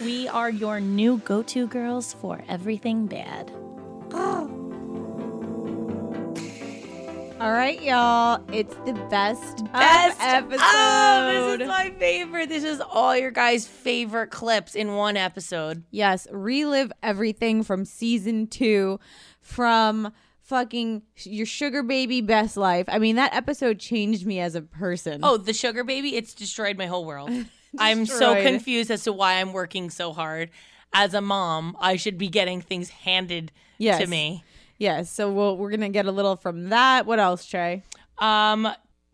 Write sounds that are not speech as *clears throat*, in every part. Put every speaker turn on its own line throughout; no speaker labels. We are your new go to girls for everything bad.
All right, y'all. It's the best,
best
of episode.
Oh, this is my favorite. This is all your guys' favorite clips in one episode.
yes, relive everything from season two, from fucking your sugar baby best life. I mean, that episode changed me as a person.
Oh, the sugar baby, it's destroyed my whole
*laughs*
world. I'm so
Destroyed.
confused as to why I'm working so hard. As a mom, I should be getting things handed
Yes.
to me.
yes. So we'll, we're gonna get a little from that. What else, Trey?
Um,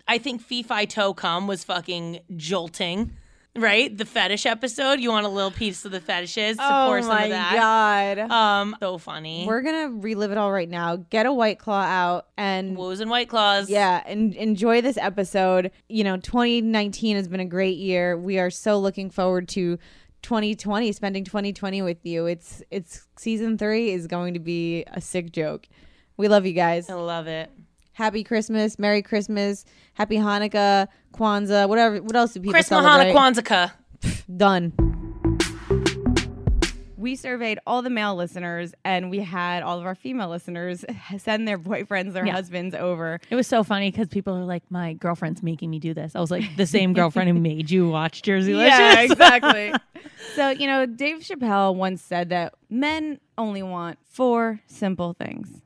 I think Fee Fi Toe Cum was fucking jolting, right? The fetish episode. You want a little piece of the fetishes? Support
oh
some
my
of that.
god.
Um, so funny.
we're gonna relive it all right now. Get a white claw out and
Woos and White Claws.
Yeah, and enjoy this episode. You know, 2019 has been a great year. We are so looking forward to 2020, spending 2020 with you. It's it's season 3 is going to be a sick joke. We love you guys.
Oh.
I love it.
Happy Christmas, Merry Christmas, Happy Hanukkah, Kwanzaa, whatever what else do people
Chris Mahana
celebrate?
Kwanzaa.
Done.
we surveyed all the male listeners and we had all of our female listeners *laughs* send their boyfriends, their husbands over.
It was so funny because people are like, "My girlfriend's making me do this." I was like,
*laughs*
"The same girlfriend who made you watch Jersey Licious."
Yeah, *laughs* exactly. so, you know, Dave Chappelle once said that men only want four simple things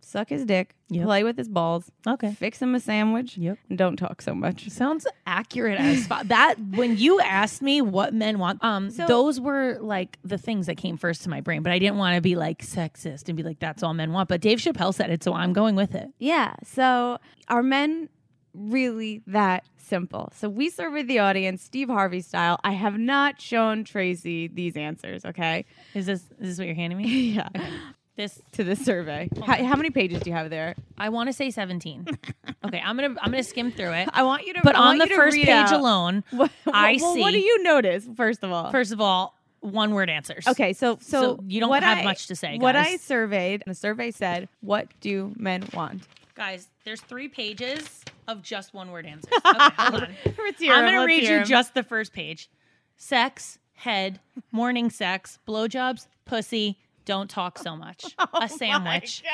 suck his dick,
Mm-hmm. Yep.
play with his balls,
Okay.
fix him a sandwich,
Yep.
and don't talk so much.
Sounds accurate *laughs* as fu- that.
*laughs*
When you asked me what men want, um, those were like the things that came first to my brain. But I didn't want to be like sexist and be like, "That's all men want." But Dave Chappelle said it, so I'm going with it.
Yeah. So are men really that simple? So we surveyed the audience, Steve Harvey style. I have not shown Tracy these answers, okay?
Is this is this what you're handing me?
Yeah.
This
To this
*laughs*
survey. How, how many pages do you have there?
I want to
*laughs*
say 17. okay, I'm gonna I'm gonna skim through it.
I want you to.
But
I
on
want
the
you to
first
read
page
out- *laughs*
alone,
What,
I
well,
see.
What do you notice first of all?
First of all, one word answers.
Okay, so so,
So you don't
what
have
I-
much to say,
What
guys.
I surveyed, the survey said, "What do men want?"
Guys, there's three pages of just one
*laughs*
word answers. Okay, hold on. *laughs* I'm going to read you just the first page sex, head, morning sex, blowjobs, pussy, don't talk so
*laughs*
much,
Oh
a sandwich.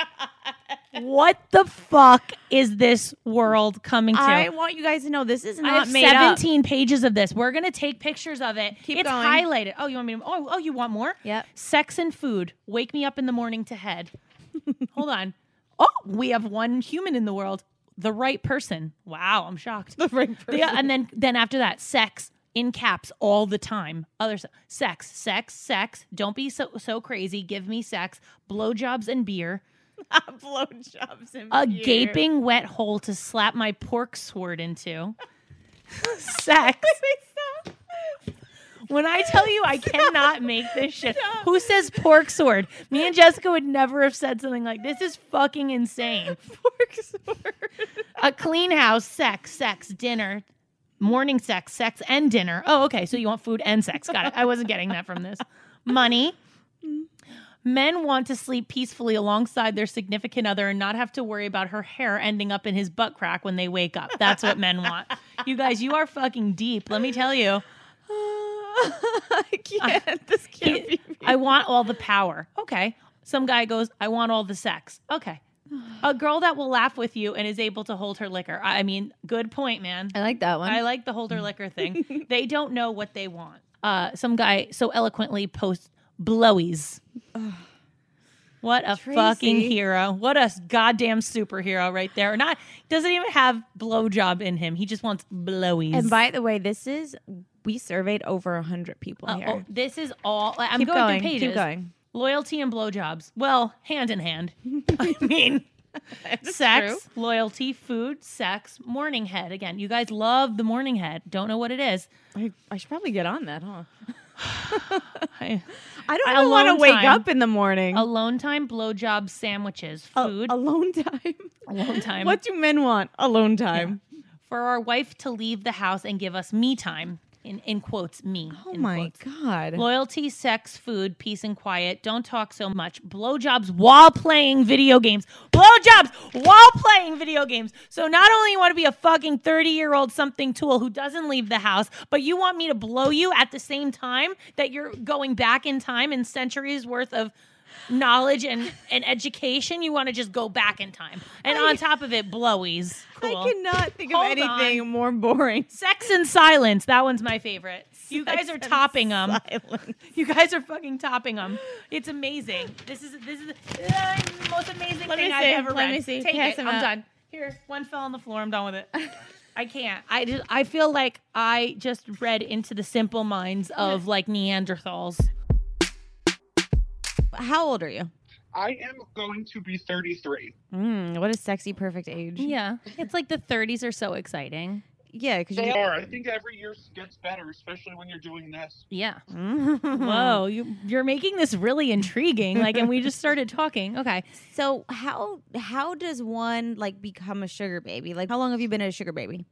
What the fuck is this world coming to?
I want you guys to know this is not
I have
made up.
17 pages of this. We're going to take pictures of it.
Keep
it's
going.
highlighted. Oh, you want me to? Oh, oh, you want more?
*laughs*
*laughs*
Yep.
Sex and food. Wake me up in the morning to *laughs* head. Hold on. Oh, we have one human in the world. The right person. Wow, I'm shocked. The right person. Yeah, and then then after that, sex in caps all the time. Other se- sex, sex, sex. Don't be so so crazy. Give me sex. Blowjobs and beer.
blowjobs and
A
beer.
gaping wet hole to slap my pork sword into. *laughs*
*laughs*
Sex. When I tell you I cannot make this shit. Who says pork sword? Me and Jessica would never have said something like this is fucking insane.
*laughs* pork sword.
A clean house, sex, sex, dinner, morning sex, sex and dinner. Oh, okay. So you want food and sex. Got it. I wasn't getting that from this. Money. Men want to sleep peacefully alongside their significant other and not have to worry about her hair ending up in his butt crack when they wake up. That's what men want. You guys, you are fucking deep. Let me tell you. *laughs*
I can't. This can't be. me.
I want all the power. Okay. Some guy goes, I want all the sex. Okay. A girl that will laugh with you and is able to hold her liquor. I I mean, good point, man.
I like that one.
I like the
Mm.
holder
*laughs*
liquor thing. they don't know what they want. Uh, some guy so eloquently posts blowies. What a fucking
Tracy.
hero! What a goddamn superhero right there. Not doesn't even have blowjob in him. He just wants blowies.
and by the way, this is we surveyed over hundred people
Uh,
here.
oh, this is all. I'm
Keep
going,
going.
*laughs* through pages.
Keep going.
Loyalty and blowjobs. Well, hand in hand. I mean, sex, loyalty, food, sex, morning head. Again, you guys love the morning head. Don't know what it is.
I, I should probably get on that, huh?
I-
I don't
A
ever want to
long
wake
time.
up in the morning.
Alone time, blowjob, sandwiches,
A-
food,
alone time.
alone *laughs* time.
What do men want? Alone time.
For our wife to leave the house and give us me time. In, in quotes, me.
Oh
in
my
quotes.
god.
Loyalty, sex, food, peace and quiet. Don't talk so much. Blowjobs while playing video games. Blowjobs while playing video games. So not only you want to be a fucking 30-year-old something tool who doesn't leave the house, but you want me to blow you at the same time that you're going back in time and centuries worth of knowledge and, and education. You want to just go back in time. And on top of it, blowies. Cool.
I cannot think of
Hold
anything more boring.
Sex and silence. That one's my favorite. You guys are topping them.
Um,
You guys are fucking topping them. It's amazing. This is this is the uh, most amazing
Let me
thing I've
see.
ever
Let
read.
me see.
Take
Pass
it. Uh, I'm
them out.
done. Here, one fell on the floor. I'm done with it. I can't. I just I feel like I just read into the simple minds of like Neanderthals.
How old are you?
I am going to be 33.
Mm, what a sexy, perfect age.
Yeah, it's like the 30s are so exciting.
Yeah, because
They
you.
are. I think every year gets better, especially when you're doing this.
Yeah.
*laughs* Whoa.
Whoa, you, you're making this really intriguing. Like, and we just started talking. Okay.
So how how does one like become a sugar baby? Like how long have you been a sugar baby?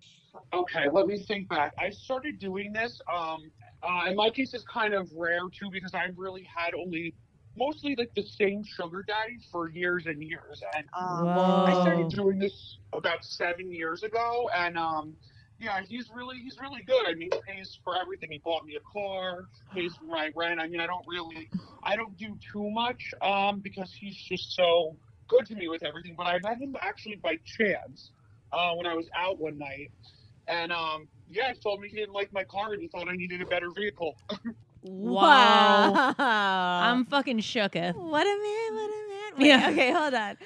Okay, let me think back. I started doing this. Um, uh, in my case, it's kind of rare too because I've really had only mostly like the same sugar daddy for years and years. And um, I
Oh.
started doing this about seven years ago, and um, yeah, he's really he's really good. I mean, he pays for everything. He bought me a car, pays for my rent. I mean, I don't really, I don't do too much um, because he's just so good to me with everything. But I met him actually by chance uh, when I was out one night, and um, yeah, he told me he didn't like my car and he thought I needed a better vehicle.
*laughs*
Wow.
Wow.
I'm fucking shooketh.
What a man, what a man. Wait,
Yeah.
Okay, hold on.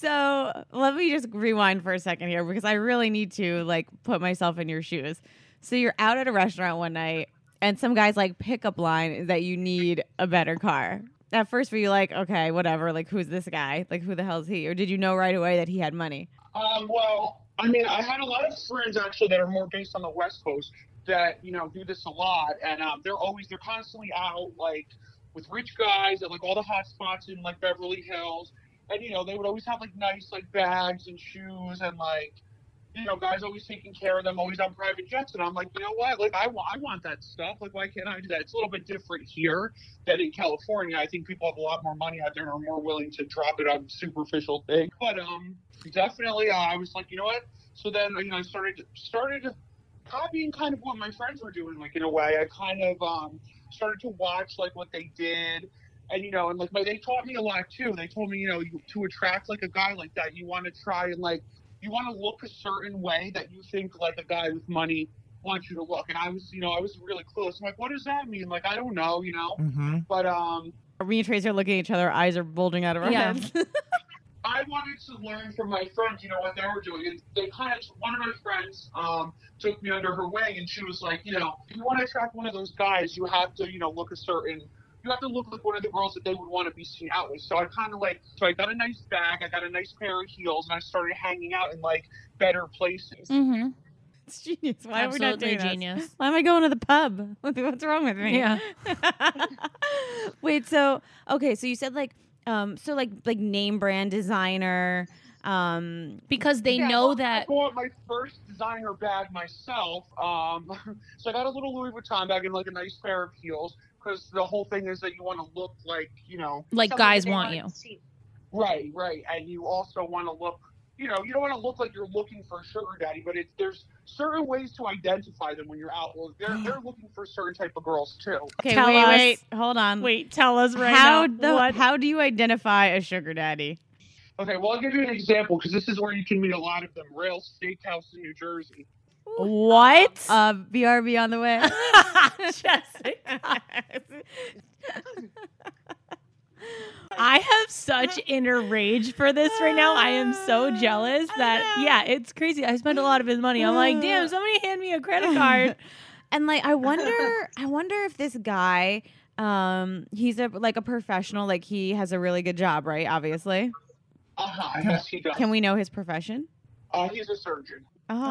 So let me just rewind for a second here because I really need to like put myself in your shoes. So you're out at a restaurant one night and some guy's like pickup line is that you need a better car. At first were you like, okay, whatever, like who's this guy? Like who the hell is he? Or did you know right away that he had money?
Um, well, I mean, I had a lot of friends actually that are more based on the West Coast that you know do this a lot, and um, they're always they're constantly out like with rich guys at like all the hot spots in like Beverly Hills, and you know they would always have like nice like bags and shoes and like you know guys always taking care of them, always on private jets, and I'm like, you know what, like I want I want that stuff, like why can't I do that? It's a little bit different here than in California. I think people have a lot more money out there and are more willing to drop it on superficial things, but um definitely uh, i was like you know what so then you know i started started copying kind of what my friends were doing like in a way i kind of um started to watch like what they did and you know and like my, they taught me a lot too they told me you know you, to attract like a guy like that you want to try and like you want to look a certain way that you think like a guy with money wants you to look and i was you know i was really clueless i'm like what does that mean like i don't know you know but um
Me and Tracy are looking at each other, eyes are bulging out of our *laughs*
Yeah.
heads.
I wanted to learn from my friends, you know, what they were doing. And they kind of, one of my friends um, took me under her wing, and she was like, you know, if you want to attract one of those guys, you have to, you know, look a certain, you have to look like one of the girls that they would want to be seen out with. So I kind of like, so I got a nice bag, I got a nice pair of heels, and I started hanging out in like better places.
Mm-hmm.
it's genius. Why are we not
Absolutely
doing this?
genius.
Why am I going to the pub? *laughs* What's wrong with me?
Yeah.
*laughs* Wait, so okay, so you said like um so like like name brand designer um
because they
Yeah,
know
well, I
that
bought my first designer bag myself. Um, *laughs* so I got a little Louis Vuitton bag and like a nice pair of heels because the whole thing is that you want to look like, you know,
like
something
guys
they
want
wanna
you.
see. Right, right. And you also want to look, you know, you don't want to look like you're looking for a sugar daddy, but it, there's certain ways to identify them when you're out. Well, they're,
Hmm.
they're looking for certain type of girls too.
okay,
tell
wait,
us-
wait, hold on.
Wait, tell us right
how
now.
the
what-
how do you identify a sugar daddy?
Okay, well, I'll give you an example because this is where you can meet a lot of them. Rail Steakhouse in New Jersey.
what?
Uh BRB on the
*laughs*
way.
Jessica.
*laughs*
I
*laughs*
have such inner rage for this right now. I am so jealous that yeah, it's crazy. I spent a lot of his money.
*sighs*
I'm like, damn, somebody hand me a credit card.
and like I wonder I wonder if this guy um he's a like a professional like he has a really good job, right? Obviously.
Uh huh. Yes, he does.
Can we know his profession?
Uh, he's a surgeon.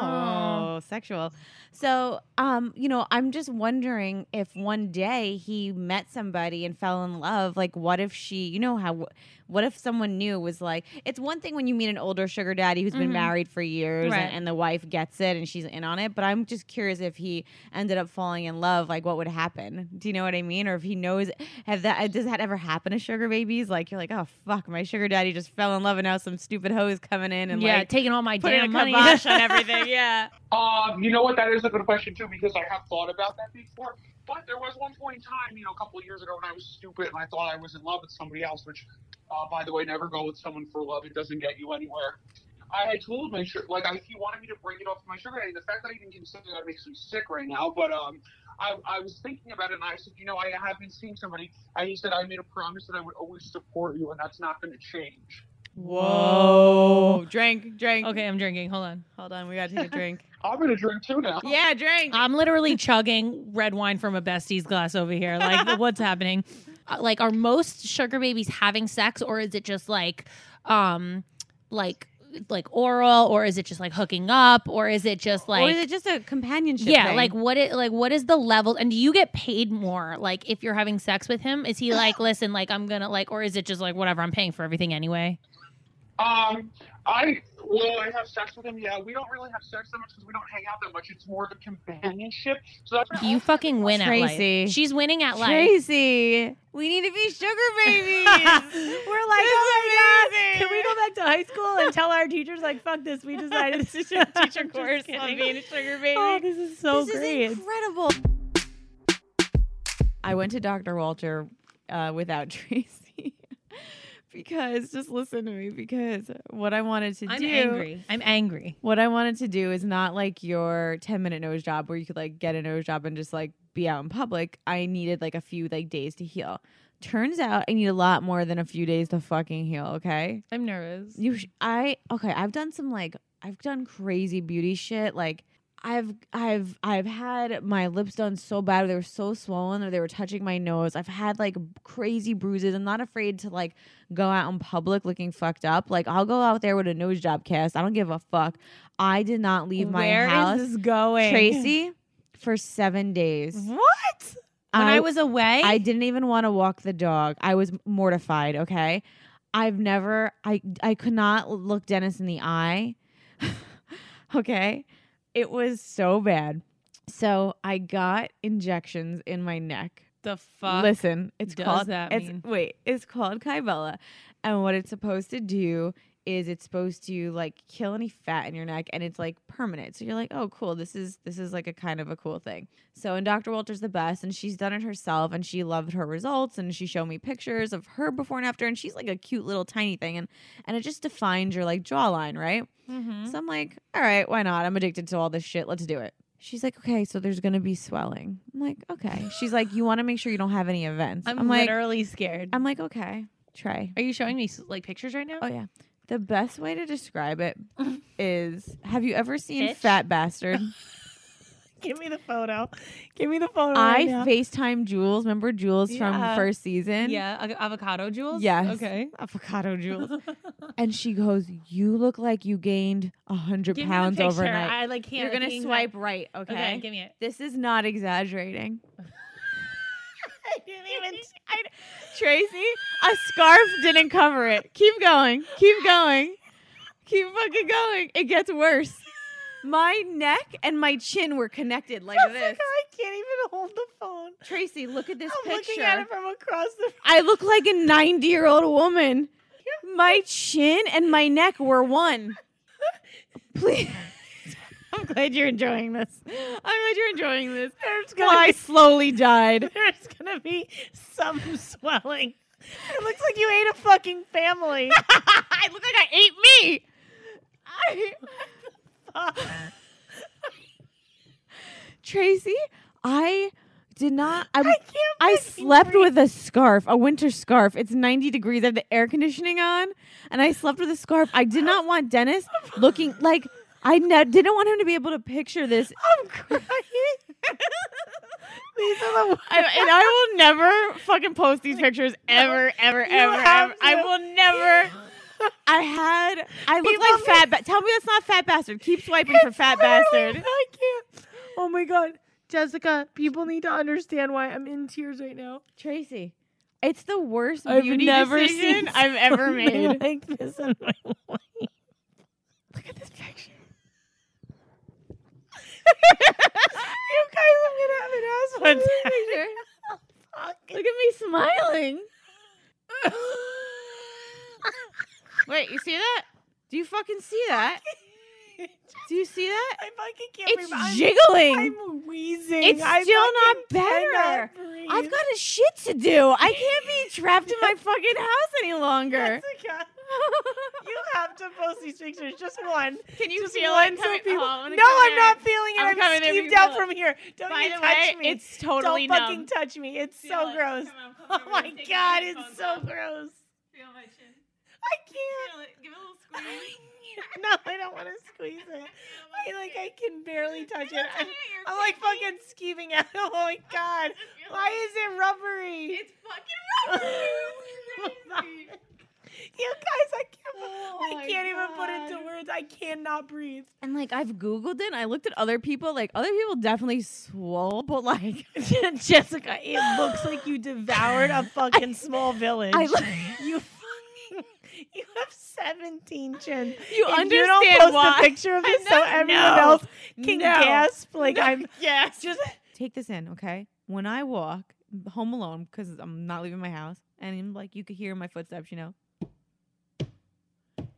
Oh, sexual. So, um, you know, I'm just wondering if one day he met somebody and fell in love. Like, what if she, you know, how, what if someone new was like, it's one thing when you meet an older sugar daddy who's been married for years
Right.
and, and the wife gets it and she's in on it. But I'm just curious if he ended up falling in love, like, what would happen? Do you know what I mean? Or if he knows, have that, does that ever happen to sugar babies? Like, you're like, oh, fuck, my sugar daddy just fell in love and now some stupid hoe is coming in *laughs* and
yeah,
like,
taking all my
putting
damn
a
money
kibosh
*laughs* on everything. Yeah.
Um, you know what? That is a good question too, because I have thought about that before. But there was one point in time, you know, a couple of years ago, when I was stupid and I thought I was in love with somebody else. Which, uh, by the way, never go with someone for love; it doesn't get you anywhere. I had told my sugar, like, I, he wanted me to bring it off my sugar daddy. The fact that I even consider that makes me sick right now. But um, I, I was thinking about it, and I said, you know, I have been seeing somebody, and he said, I made a promise that I would always support you, and that's not going to change.
whoa, drink, drink.
Okay, I'm drinking. Hold on.
Hold on, we gotta take a
*laughs*
drink.
I'm gonna drink too now.
yeah, drink.
I'm literally chugging red wine from a bestie's glass over here.
*laughs*
Like, what's happening? Uh, Like, are most sugar babies having sex, or is it just like, um, like, like oral, or is it just like hooking up, or is it just like,
or is it just a companionship?
yeah,
thing?
like what it, like what is the level? And do you get paid more? Like, if you're having sex with him, is he like, listen, like I'm gonna like, or is it just like whatever? I'm paying for everything anyway.
Um, I well, I have sex with him. Yeah, we don't really have sex that much because we don't hang out that much. It's more of a companionship. So that's
You fucking win at
Tracy.
life. She's winning at life.
Tracy. We need to be
*laughs*
sugar babies. We're like, oh my god,
Can we go back to high school and tell our teachers like, fuck this? We decided *laughs* this is
*laughs*
your teacher course on being a sugar baby. Oh, this is so
this
great.
is incredible. I went to Dr. Walter uh, without *laughs* Tracy because just listen to me because what I wanted to
I'm
do.
angry. I'm angry.
What I wanted to do is not like your 10 minute nose job where you could like get a nose job and just like be out in public. I needed like a few like days to heal. Turns out I need a lot more than a few days to fucking heal, okay?
I'm nervous.
You, sh- I okay. I've done some like I've done crazy beauty shit. Like I've I've I've had my lips done so bad they were so swollen or they were touching my nose. I've had like crazy bruises. I'm not afraid to like go out in public looking fucked up. Like I'll go out there with a nose job cast. I don't give a fuck. I did not leave my
Where is
house,
this going? Mm-hmm.
Tracy, for seven days.
When
When
Uh, I, was away,
I didn't even want to walk the dog. I was mortified, okay? I've never I I could not look Dennis in the eye. *laughs* okay? It was so bad. So I got injections in my neck.
the fuck.
Listen, it's
does
called
that
it's
mean?
wait, it's called Kybella. And what it's supposed to do is it's supposed to like kill any fat in your neck and it's like permanent. So you're like, "Oh, cool. This is this is like a kind of a cool thing." So, and Dr. Walter's the best, and she's done it herself, and she loved her results, and she showed me pictures of her before and after, and she's like a cute little tiny thing, and and it just defines your like jawline, right?
Mm-hmm.
So I'm like, all right, why not? I'm addicted to all this shit. Let's do it. She's like, okay, so there's gonna be swelling. I'm like, okay. She's like, you want to make sure you don't have any events.
I'm,
like,
literally scared.
I'm like, okay, try.
Are you showing me like pictures right now?
Oh yeah. The best way to describe
*laughs*
it is: Have you ever seen
Bitch.
Fat
*laughs*
Bastard?
Give me the photo. Give me the photo.
I FaceTime Jules. Remember Jules
Oh, Yeah.
from first season?
yeah, a- avocado jewels.
Yes.
Okay.
Avocado
*laughs*
Jules. and she goes, "You look like you gained a hundred
Give me the
pounds
picture.
overnight."
I like can't.
You're
I
gonna
can't-
swipe right, okay?
Okay. give me it.
this is not
*laughs*
exaggerating.
I didn't even. *laughs* I,
Tracy, a scarf didn't cover it. Keep going. Keep going. Keep fucking going. It gets
*laughs*
worse. My neck and my chin were connected like this.
can't
*laughs*
even hold the phone.
Tracy, look at this picture.
from across the.
I look like a 90 year old woman. My chin and my neck were
*laughs*
one. Please. *laughs* I'm glad you're enjoying this. I'm glad you're enjoying this. Well, I slowly died.
There's gonna be some swelling. It looks like you ate a fucking
*laughs*
family.
I look like I ate me. I- Tracy, I did not. I, I, slept with a scarf, a winter scarf. It's 90 degrees. I have the air conditioning on, and I slept with a scarf. I did not want Dennis looking like. I ne- didn't want him to be able to picture this. I'm crying. *laughs* these are the I, and I will never fucking post these pictures ever, ever, ever, ever. I will never
I had. I look
People
like
make-
fat. Ba- tell me that's not fat bastard. Keep swiping for fat
Literally,
bastard.
*laughs* I can't. Oh my god, Jessica, people need to understand why I'm in tears right now.
Tracy, it's the worst
I've
beauty
never
decision *laughs*
*laughs*
seen
I've ever
something
made.
like this in my life.
Look at this *laughs* picture.
You guys, I'm gonna have an asshole.
*laughs* picture. Look at me smiling. *laughs* Wait, you see that? Do you fucking see that? Do you see that?
*laughs* I fucking
*laughs*
can't
It's
breathe. I'm-
jiggling.
I'm wheezing.
It's
I
still not
fucking cannot breathe.
I've got a shit to do. I can't be *laughs* trapped in my fucking house any longer.
Jessica,
*laughs*
you have to post these pictures. Just one.
Can you
Just
feel
one
it?
so
coming-
people.
oh, I'm gonna
no,
come
I'm
here.
not feeling it.
I'm
I'm,
coming there,
skeeved
people.
out from here. Don't
By
you
the
touch
way,
me.
it's totally
Don't fucking
numb.
touch me. It's so gross. Oh my god, it's so gross. I can't. no, I don't want to squeeze it. I like I can *laughs* barely touch it. I'm, I'm like fucking skeeving out. *laughs* Oh my god. Why is it rubbery? It's fucking *laughs* rubbery. Oh you guys, I can't I can't even put it into words. I cannot breathe.
And like I've googled it, and I looked at other people. Like other people definitely swole, but like *laughs*
Jessica, it looks *laughs* like you devoured a fucking small village.
I *laughs* look.
you fucking *laughs* you have 17 chins.
You
If
understand
you don't post
why?
a picture of
I
this so
know-
everyone
no.
else can
No.
gasp like I'm
Yes. *laughs*
just
Take this in, okay? When I walk home alone because I'm not leaving my house, and I'm like you could hear my footsteps, you know,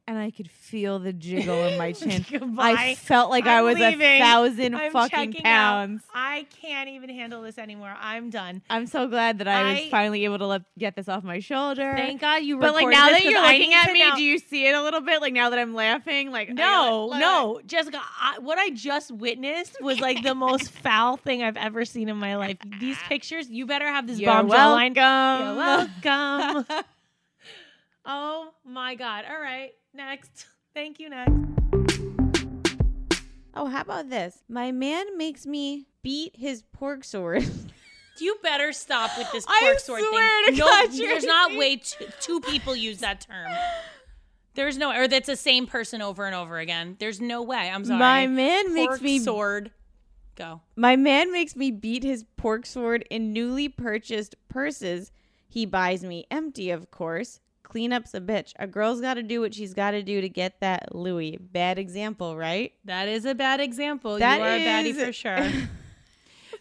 and I could feel the jiggle in
*laughs*
my chin. I
Goodbye.
felt like i
I'm
was a
leaving.
1000
I'm
fucking
checking out.
pounds.
I can't even handle this anymore. I'm done.
I'm so glad that I, was
I-
finally able to let, get this off my shoulder.
Thank God you
but like
recorded
now that
this
you're
'cause I
looking
need
at
to
me,
know-
do you see it a little bit? Like now that I'm laughing, like I-
No,
like-
no, Jessica. I, what I just witnessed was like the most foul thing I've ever seen in my life. These pictures, you better have this
You're
bomb
welcome.
jawline. You're *laughs* welcome. Um, oh my god! All right, next. Thank you. Next.
Oh, how about this? My man makes me beat his pork sword.
You better stop with this
I
pork sword
swear
thing.
to
no,
God,
there's not way two, two people use that term. There's no, or that's the same person over and over again. There's no way. I'm sorry.
My man makes
Pork
me
sword. Go.
my man makes me beat his pork sword in newly purchased purses. He buys me empty, of course. Cleanup's a bitch. A girl's got to do what she's got to do to get that Louis. Bad example, right?
That is a bad example.
That
you are a
is- *laughs*
baddie for sure.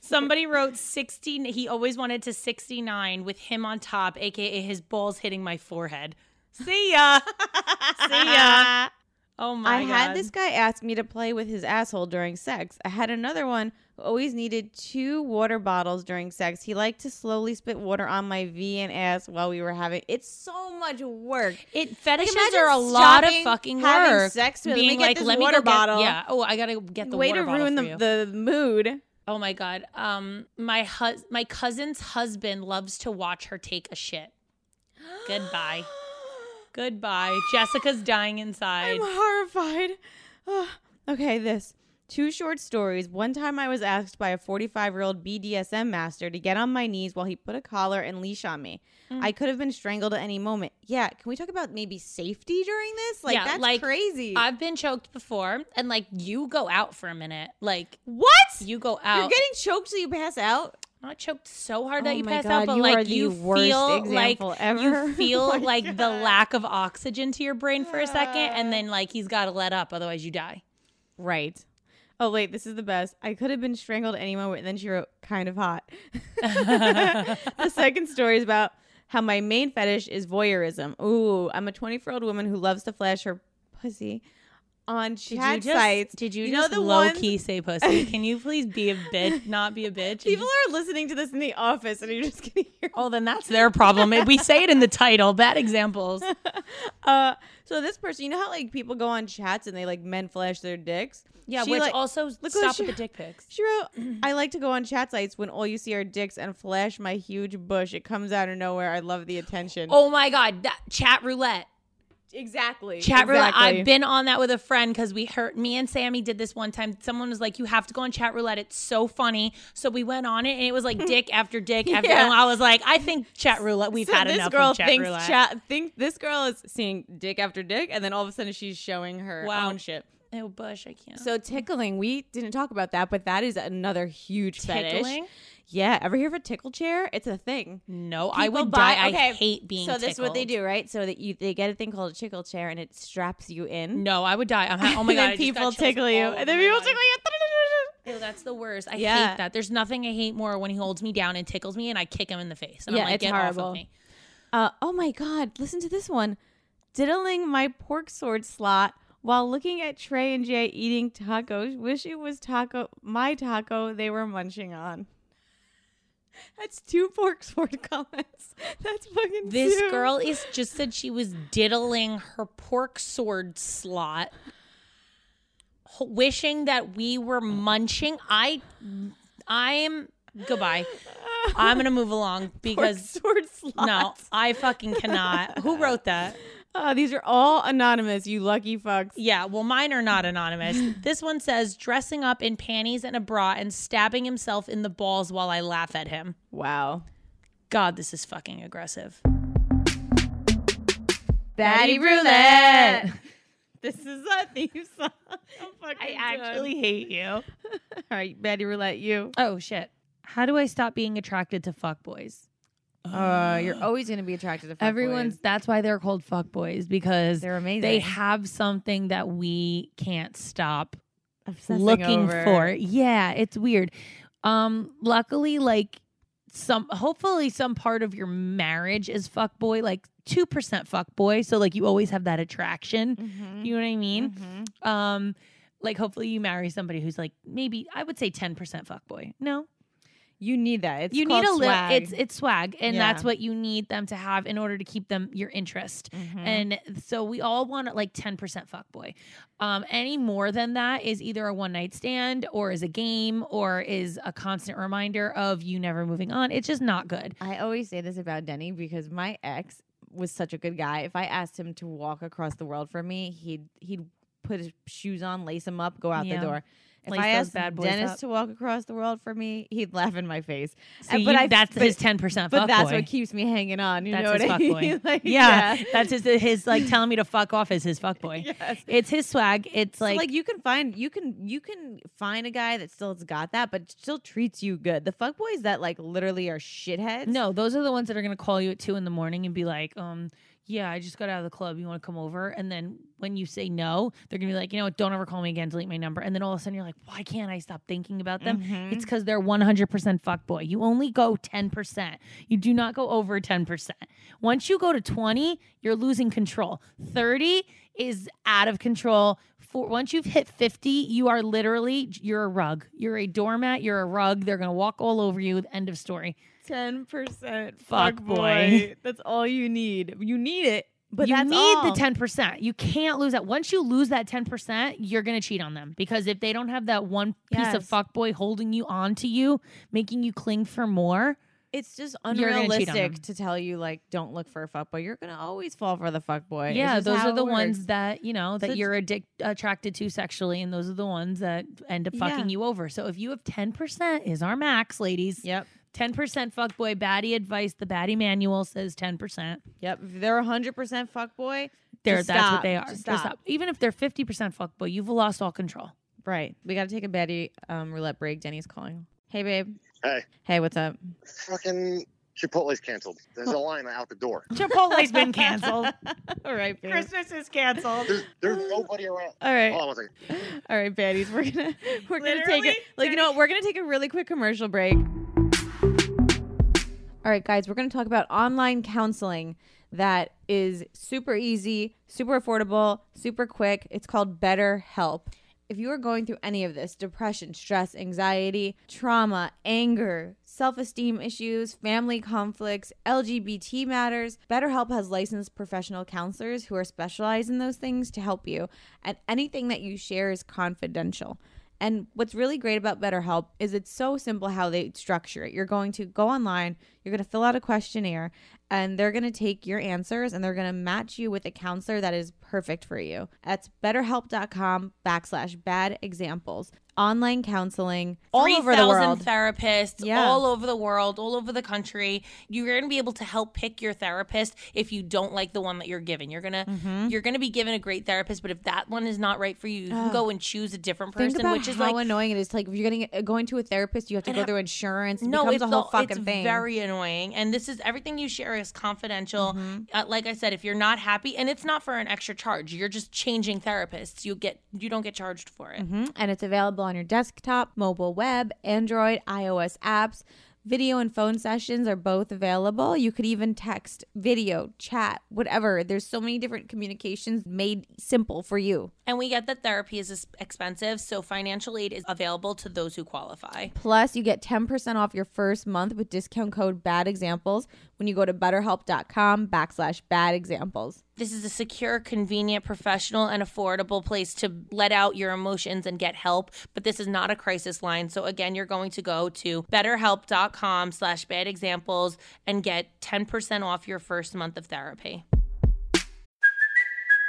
Somebody wrote 16. He always wanted to 69 with him on top, aka his balls hitting my forehead. See ya. *laughs* See ya. Oh
*laughs*
my
I
god.
had this guy ask me to play with his asshole during sex. I had another one who always needed two water bottles during sex. He liked to slowly spit water on my V and ass while we were having. It's so much work.
It fetishes
Imagine
are a lot of
stopping
fucking
having
work.
sex with- let me
being
get
like,
this
let me
water
go get-
bottle.
yeah. Oh, I gotta get the
Way
water
to
bottle
ruin
for
the,
you.
the mood.
oh my god. Um, my hus- my cousin's husband loves to watch her take a shit.
*gasps*
Goodbye. Goodbye. Jessica's dying inside.
I'm horrified. Ugh. okay, this. Two short stories. One time I was asked by a 45 year old BDSM master to get on my knees while he put a collar and leash on me.
Mm.
I could have been strangled at any moment. Yeah, can we talk about maybe safety during this? Like,
Yeah,
that's
like,
crazy.
I've been choked before, and like you go out for a minute. Like
what?
you go
You're
out.
getting choked till you pass out?
not choked so hard that
Oh
you
my
pass
God,
out, but
you are
like
the
you
worst
feel like
example ever. Oh
you *laughs* feel
my
like the lack of oxygen to your brain for a second, and then like he's got to let up, otherwise you die.
Right. Oh, wait, this is the best. I could have been strangled at any moment. And then she wrote, kind of hot. *laughs* the second story is about how my main fetish is voyeurism. Ooh, I'm a 24 year old woman who loves to flash her pussy on chat
did you just,
sites.
Did you,
You know
just
the
low
ones-
key
*laughs*
say pussy? Can you please be a bitch, not be a bitch? and
People
just-
are listening to this in the office and you're just going to *laughs* hear.
oh, then that's their problem. we say it in the title. Bad examples.
Uh, so this person, you know how like people go on chats and they like men flash their dicks?
Yeah,
She,
which
like-
also
what
stop
she-
with the dick pics.
She *clears throat* wrote, I like to go on chat sites when all you see are dicks and flash my huge bush. It comes out of nowhere. I love the attention.
Oh my god, that chat roulette.
Oh, Exactly.
Chat roulette.
Exactly.
I've been on that with a friend because we heard me and Sammy did this one time. Someone was like, "You have to go on chat roulette. It's so funny." So we went on it, and it was like
*laughs*
dick after dick after.
Yeah.
And I was like, "I think chat roulette. We've
So
had
this
enough
girl
of chat
thinks
roulette."
chat think this girl is seeing dick after dick, and then all of a sudden she's showing her
Wow.
own shit.
oh, Bush, I can't.
So tickling, we didn't talk about that, but that is another huge
Tickling?
fetish. Yeah, ever hear of a tickle chair? It's a thing.
no, I
People
would
buy-
die. I
okay,
hate being.
so this is what they
tickled.
do, right? So that you they get a thing called a tickle chair, and it straps you in.
No, I would die. I'm ha- oh my
*laughs*
god.
And then
I just got
people
chills
tickle you,
all over
and then
my
people
body.
tickle you.
Ew, that's the worst. I
Yeah.
hate that. There's nothing I hate more when he holds me down and tickles me, and I kick him in the face. And
Yeah,
I'm like,
it's
Get off
horrible.
of me.
Uh, oh my god! Listen to this one: diddling my pork sword slot while looking at Trey and Jay eating tacos. Wish it was taco my taco they were munching on. That's two pork sword comments. *laughs* That's fucking
This
two.
girl is just said she was diddling her pork sword slot, h- wishing that we were munching. I, I'm goodbye. I'm gonna move along
*laughs* pork
because
*laughs* sword
*laughs*
slot.
no, I fucking cannot. Who wrote that?
Oh, these are all anonymous. You lucky fucks.
Yeah, well, mine are not
*laughs*
anonymous. this one says dressing up in panties and a bra and stabbing himself in the balls while I laugh at him.
Wow.
God, this is fucking aggressive.
Batty roulette.
*laughs* This is a theme song.
I actually hate you.
All right, Batty roulette, you.
Oh shit. How do I stop being attracted to fuckboys?
Uh, you're always gonna be attracted to fuckboys.
Everyone's that's why they're called fuckboys because
They're amazing.
they have something that we can't stop
Obsessing
looking
over.
for. Yeah, it's weird. Um luckily like some hopefully some part of your marriage is fuckboy like 2% fuckboy so like you always have that attraction.
Mm-hmm.
Mhm.
You know what I mean?
Mhm.
Um like hopefully you marry somebody who's like maybe I would say 10% fuckboy. No,
You need that. It's
you need
called
a little
swag.
it's it's swag and
Yeah.
that's what you need them to have in order to keep them your interest
Mm-hmm.
and so we all want like 10% fuckboy um any more than that is either a one night stand or is a game or is a constant reminder of you never moving on it's just not good
I always say this about Denny because my ex was such a good guy. If I asked him to walk across the world for me, he'd he'd put his shoes on, lace them up, go out
Yeah.
the door. If
Lace
I
those
asked
bad boys
Dennis
up.
to walk across the world for me, he'd laugh in my face.
so
Uh,
you- that's his 10% fuckboy
But that's what keeps me hanging on. You
That's
know what
his
I
fuckboy. *laughs*
mean? *laughs* Like,
yeah, that's his, his like telling me to fuck off is his *laughs* fuckboy
Yes.
it's his swag it's
So, like,
like,
you can find you can you can find a guy that still has got that, but still treats you good. The fuckboys that like literally are shitheads.
No, those are the ones that are gonna call you at two in the morning and be like, um, yeah, I just got out of the club. You want to come over? And then when you say no, they're gonna be like, you know what? Don't ever call me again. Delete my number. And then all of a sudden you're like, why can't I stop thinking about them? It's because they're 100% fuckboy. You only go 10%. You do not go over 10%. Once you go to 20, you're losing control. 30 is out of control. For, once you've hit 50, you are literally, you're a rug. You're a doormat. You're a rug. They're going to walk all over you. End of story.
ten percent
Fuck *laughs* boy.
That's all you need. You need it, but
you
that's
need
all.
the ten percent. You can't lose that. Once you lose that ten percent, you're gonna cheat on them because if they don't have that one piece of
Yes.
fuckboy holding you onto you, making you cling for more,
It's just
You're gonna cheat on
unrealistic
them.
to tell you like don't look for a fuckboy. You're gonna always fall for the fuckboy. It's
yeah,
just
those
how
are
it
the
works.
ones that you know that
So it's-
you're addic- attracted to sexually, and those are the ones that end up fucking
Yeah.
you over. So if you have ten percent, is our max, ladies.
Yep,
Ten percent fuckboy baddie advice. The baddie manual says ten percent.
yep. If they're hundred percent fuckboy,
They're
Just
that's what
stop.
they are.
Just
Just
stop.
Even if they're fifty percent fuckboy, you've lost all control.
right? We gotta take a Betty um, roulette break. Denny's calling. Hey, babe.
Hey.
Hey, what's
*laughs*
up?
Fucking Chipotle's canceled. There's a line out the door.
Chipotle's been canceled.
*laughs*
All right, babe.
Christmas is canceled.
There's, there's nobody around.
All right.
Hold on one second.
All right, baddies, we're gonna *laughs* we're gonna take it.
Literally,
Like you know what? We're gonna take a really quick commercial break.
All right, guys, we're going to talk about online counseling that is super easy, super affordable, super quick. It's called Better Help. If you are going through any of this depression, stress, anxiety, trauma, anger, self esteem issues, family conflicts, LGBT matters, BetterHelp has licensed professional counselors who are specialized in those things to help you. And anything that you share is confidential. And what's really great about BetterHelp is it's so simple how they structure it. You're going to go online,
You're going to fill out a questionnaire and they're going to take your answers and they're going to match you with a counselor that is perfect for you. That's betterhelp.com backslash bad examples. Online counseling all over the
3,000
world.
therapists
Yeah.
all over the world, all over the country. You're going to be able to help pick your therapist if you don't like the one that you're given. You're going to
Mm-hmm.
you're going to be given a great therapist, but if that one is not right for you, you can go and choose a different
Think
person,
about
which is
how
like uh,
annoying it is. Like if you're getting going to a therapist, you have to go through insurance. It
no,
becomes
it's
a whole
the-
fucking
it's
thing.
very annoying. And this is everything you share is confidential.
Mm-hmm.
Uh, like I said, if you're not happy, and it's not for an extra charge, you're just changing therapists. You get you don't get charged for it.
Mhm. And it's available on your desktop, mobile web, Android, iOS apps. Video and phone sessions are both available. You could even text, video, chat, whatever. There's so many different communications made simple for you.
And we get that therapy is ex- expensive, so financial aid is available to those who qualify.
Plus, you get 10% off your first month with discount code bad examples when you go to betterhelp.com backslash bad examples.
This is a secure, convenient, professional, and affordable place to let out your emotions and get help. But this is not a crisis line. So again, you're going to go to betterhelp.com slash bad examples and get 10% off your first month of therapy.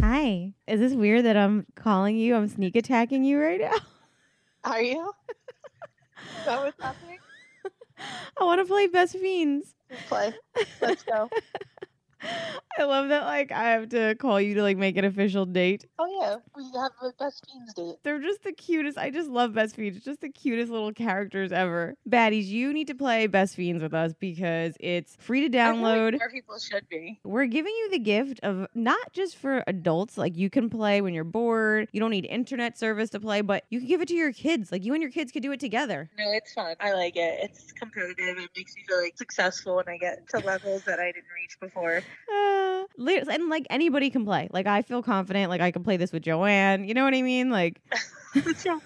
Hi. Is this weird that I'm calling you? I'm sneak attacking you right now.
Are you? Is that what's happening?
*laughs* I want to play best fiends.
Play. Let's go.
*laughs* I love that. Like I have to call you to like make an official date.
Oh yeah, we have a best fiends date.
They're just the cutest. I just love Best Fiends. Just the cutest little characters ever. Baddies, you need to play Best Fiends with us because it's free to
I feel like
download.
more people should be.
We're giving you the gift of not just for adults, like you can play when you're bored. You don't need internet service to play, but you can give it to your kids. Like you and your kids could do it together.
No, it's fun. I like it. It's competitive. It makes me feel like successful when I get to levels that I didn't reach before.
Uh, li- and like anybody can play. Like I feel confident. Like I can play this with Joanne. You know what I
*laughs*
mean? Like
So,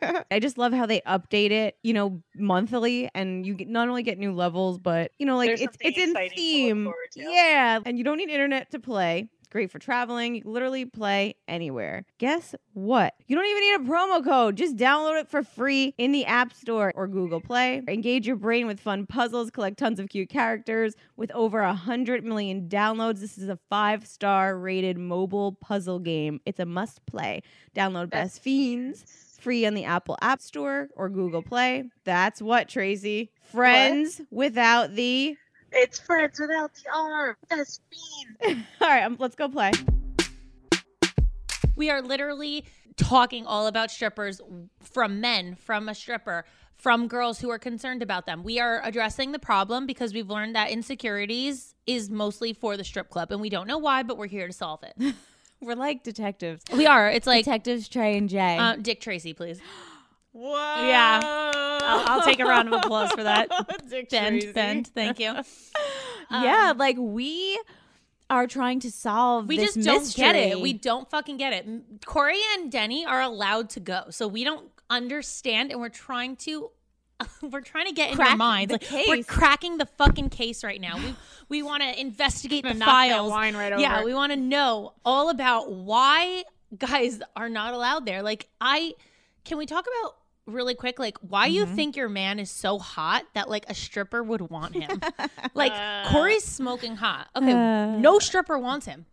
yeah.
*laughs* I just love how they update it, you know, monthly, and you get, not only get new levels, but you know, like
There's
it's
something
it's in
exciting to look
theme.
forward to.
Yeah, and you don't need internet to play. It's Great for traveling. You can literally play anywhere. Guess what? You don't even need a promo code. Just download it for free in the App Store or Google Play. Engage your brain with fun puzzles, collect tons of cute characters. With over 100 million downloads, this is a five star rated mobile puzzle game. It's a must play. Download Best Fiends free on the Apple App Store or Google Play. That's what, Tracy. Friends without the.
It's friends without the arm. Best fiends.
*laughs* All right, um, let's go play.
We are literally talking all about strippers from men, from a stripper, from girls who are concerned about them. We are addressing the problem because we've learned that insecurities is mostly for the strip club, and we don't know why, but we're here to solve it. *laughs*
We're like detectives.
We are. It's like
Detectives Trey and Jay.
uh, Dick Tracy, please.
Whoa.
Yeah. I'll, I'll take a round of applause for that.
Dick
bend,
Tracy.
bend.
*laughs*
Thank you. um,
yeah, like we are trying to solve.
We
this
just don't get it.
mystery.
We don't fucking get it. M- Corey and Denny are allowed to go, so we don't understand, and we're trying to. *laughs* We're trying to get in your
Crack
minds.
the
Like, We're
case.
cracking the fucking case right now. We we want to investigate the
Knock that
files.
wine right
Yeah,
over.
we want to know all about why guys are not allowed there. Like I can we talk about really quick like why you think your man is so hot that like a stripper would want him? like Corey's smoking hot. Okay, no stripper wants him.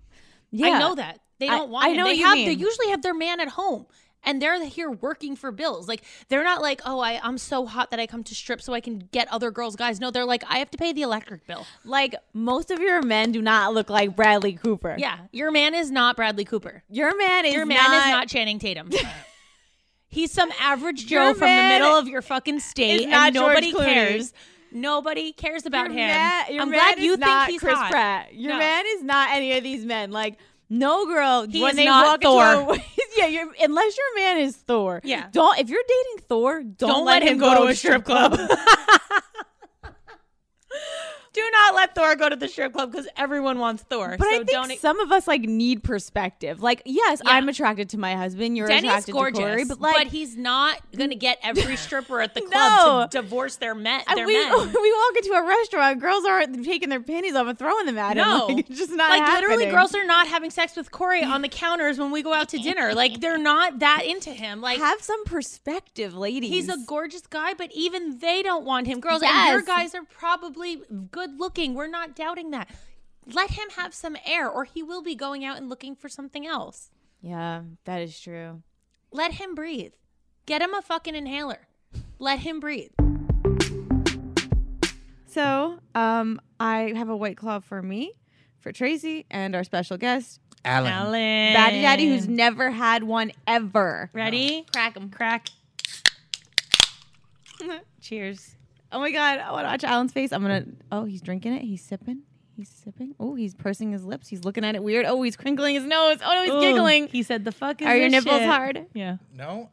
I know that. They
I-
don't want
I
him.
know
they
what you
have they
mean.
usually have their man at home and they're here working for bills. Like they're not like, "Oh, I I'm so hot that I come to strip so I can get other girls guys." No, they're like, "I have to pay the electric bill."
Like most of your men do not look like Bradley Cooper.
Yeah, your man is not Bradley Cooper.
your man is
Your man
not,
is not
*laughs*
Channing Tatum. He's some average
Your
Joe from the
man
middle of your fucking state,
is not
and
George
nobody
Clooney.
cares. Nobody cares about
your
him.
Man, your
I'm
man
glad
is
you think
not
he's
Chris
hot.
Pratt. Your
No.
man is not any of these men. Like no girl
He
when
is
they
not
walk into a, *laughs* yeah. You're, unless your man is Thor.
Yeah.
Don't if you're dating Thor, don't,
Don't let him go to a strip club.
*laughs* Do not let Thor go to the strip club because everyone wants Thor.
But
so
I think
don't. e-
some of us like need perspective. Like, yes, I'm attracted to my husband. You're
Denny's
attracted
gorgeous,
to Corey, but like
he's not gonna get
*laughs*
every stripper at the club
No.
to divorce their men.
and
Their
we,
men.
*laughs* we walk into a restaurant, girls aren't taking their panties off and throwing them at him.
No,
Like, *laughs* it's just not
like literally.
happening.
Girls are not having sex with Corey on the counters when we go
*laughs*
out to dinner. Like they're not that into him. Like
have some perspective, ladies.
he's a gorgeous guy, but even they don't want him. Girls, and your
Yes.
guys are probably good looking. We're not doubting that. Let him have some air, or he will be going out and looking for something else.
yeah, that is true.
Let him breathe. Get him a fucking inhaler. Let him breathe.
So, um, I have a white claw for me, for Tracy, and our special guest,
Alan.
Batty Daddy, who's never had one ever.
Ready?
Crack him.
*laughs* Crack.
*laughs*
Cheers. Oh my God, I want to watch Alan's face. I'm gonna. Oh, he's drinking it. He's sipping. He's sipping. Oh, he's pursing his lips. He's looking at it weird. Oh, he's crinkling his nose. Oh no, he's
Ooh,
giggling.
He said, "The fuck is
Are your
this
nipples
shit?"
hard?
Yeah.
No.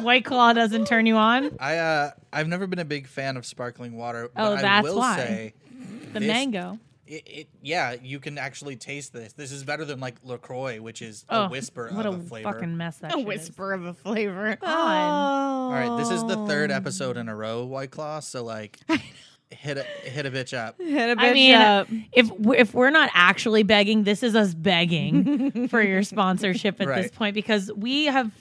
White Claw doesn't turn you on.
I uh, I've never been a big fan of sparkling water.
Oh,
but
that's
I will
why.
say
The
this-
mango.
It, it, yeah, you can actually taste this. This is better than like Lacroix, which is
Oh,
a whisper
what
of
a
a flavor.
fucking mess that
a
shit is.
whisper of a flavor.
All right, this is the
*laughs*
third episode in a row, White Claw. So like, hit a hit a bitch up.
Hit a
I
bitch
mean,
up.
if we- if we're not actually begging, this is us begging *laughs* for your sponsorship at this
Right.
point because we have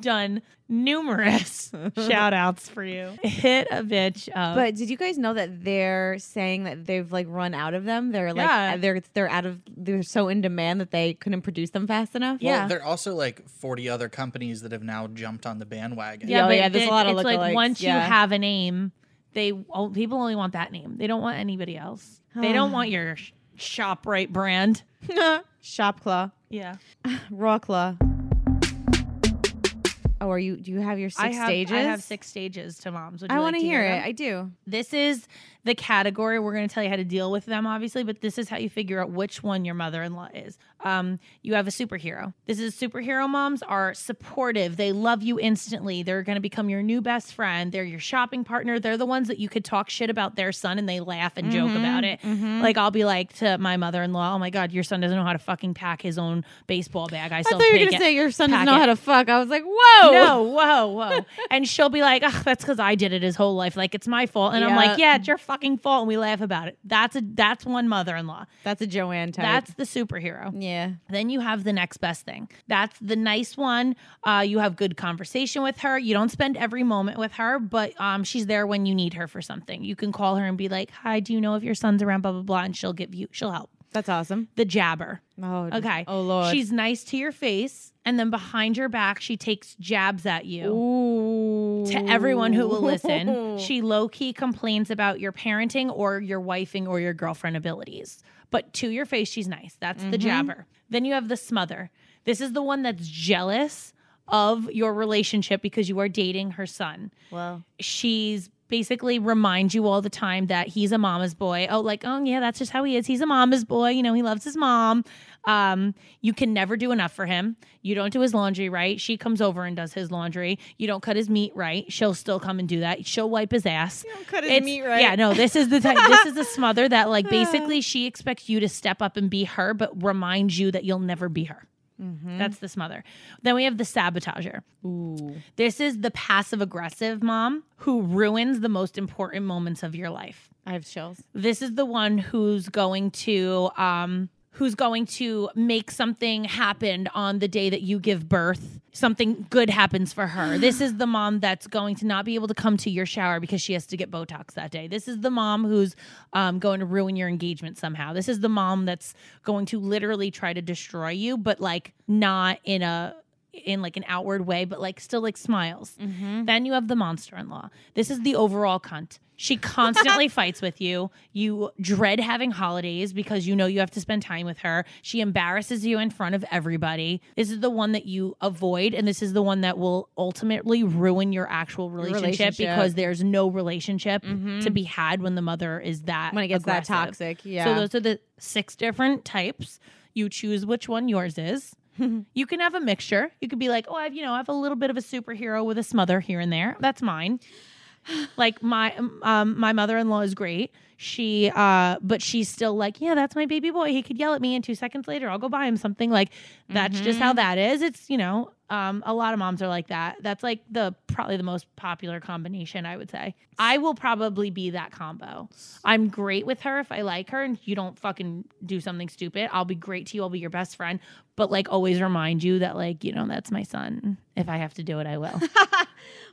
done numerous shout outs for you. Hit a bitch up.
But did you guys know that they're saying that they've like run out of them? They're like uh,
Yeah.
they're they're out of they're so in demand that they couldn't produce them fast enough.
Well, there are also like 40 other companies that have now jumped on the bandwagon.
yeah,
oh,
but
yeah, there's a
then
lot of
it's like
lookalikes,
once
yeah. *laughs*
you have a name, they oh, people only want that name. They don't want anybody else. They don't want your sh- Shoprite brand.
Shop claw,
Yeah.
raw claw. Oh, are you? Do you have your six
I have,
stages?
I have six stages to moms. Would
I
you
want
like
to hear
them?
it. I do.
this is the category we're going to tell you how to deal with them obviously but this is how you figure out which one your mother-in-law is um, you have a superhero this is superhero moms are supportive they love you instantly they're going to become your new best friend they're your shopping partner they're the ones that you could talk shit about their son and they laugh and joke
Mm-hmm,
about it like i'll be like to my mother-in-law oh my god your son doesn't know how to fucking pack his own baseball bag i,
I
still
thought you were
pick
gonna
it-
say your son
pack
doesn't know
it."
how to fuck. I was like, whoa.
No, whoa, whoa. and she'll be like, Ugh, that's because I did it his whole life. Like it's my fault. And I'm like, yeah, it's your fucking fault. And we laugh about it. That's a that's one mother in law.
That's a Joanne type.
That's the superhero.
yeah.
Then you have the next best thing. That's the nice one. Uh, you have good conversation with her. You don't spend every moment with her, but um, she's there when you need her for something. You can call her and be like, "Hi, do you know if your son's around?" Blah blah blah, and she'll give you, she'll help.
That's awesome.
The jabber.
Oh,
Okay.
Oh lord.
She's nice to your face, and then behind your back, she takes jabs at you
Ooh.
to everyone who
*laughs*
will listen, she low key complains about your parenting or your wifing or your girlfriend abilities. But to your face, she's nice. That's the
Mm-hmm.
jabber. Then you have the smother. This is the one that's jealous of your relationship because you are dating her son.
Well.
She's basically reminds you all the time that he's a mama's boy. Oh, like, oh yeah, that's just how he is. He's a mama's boy. You know, he loves his mom. Um, you can never do enough for him. You don't do his laundry right. She comes over and does his laundry. You don't cut his meat right. She'll still come and do that. She'll wipe his ass. You don't cut his meat right. Yeah, no, this is the type this is the smother that *laughs* like basically she expects you to step up and be her, but reminds you that you'll never be her. That's the smother. Then we have the sabotager. This is the passive aggressive mom who ruins the most important moments of your life.
I have chills.
This is the one who's going to um who's going to make something happen on the day that you give birth. Something good happens for her. This is the mom that's going to not be able to come to your shower because she has to get Botox that day. This is the mom who's um, going to ruin your engagement somehow. This is the mom that's going to literally try to destroy you, but like not in a in like an outward way, but like still like smiles.
Mm-hmm.
Then you have the monster in law. This is the overall cunt. She constantly
*laughs*
fights with you. You dread having holidays because you know you have to spend time with her. She embarrasses you in front of everybody. This is the one that you avoid, and this is the one that will ultimately ruin your actual relationship,
Relationship. Mm-hmm.
because there's no relationship to be had when the mother is that
When it gets
aggressive.
that toxic. Yeah.
So those are the six different types. You choose which one yours is. you can have a mixture. You could be like, oh, I've you know, I have a little bit of a superhero with a smother here and there. That's mine. Like my um my mother-in-law is great. She uh but she's still like, "Yeah, that's my baby boy. He could yell at me and 2 seconds later I'll go buy him something." Like that's just how that is. It's, you know, um a lot of moms are like that. That's like the probably the most popular combination, I would say. I will probably be that combo. I'm great with her if I like her and you don't fucking do something stupid. I'll be great to you. I'll be your best friend, but like always remind you that like, you know, that's my son. If I have to do it, I will.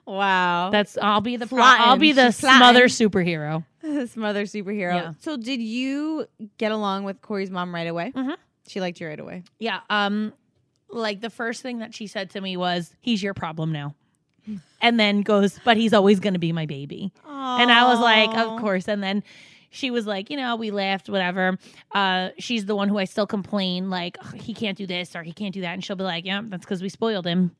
Wow.
That's I'll be the pro- I'll be the smother superhero.
*laughs* This mother superhero.
Yeah.
So did you get along with Corey's mom right away?
Mhm.
She liked you right
*laughs*
away.
Yeah. Um, like the first thing that she said to me was, "He's your problem now," and then goes, "But he's always going to be my baby." And I was like, "Of course." And then she was like, "You know, we laughed, whatever." Uh, she's the one who I still complain like "Ugh, he can't do this or he can't do that, and she'll be like, "Yeah, that's because we spoiled him."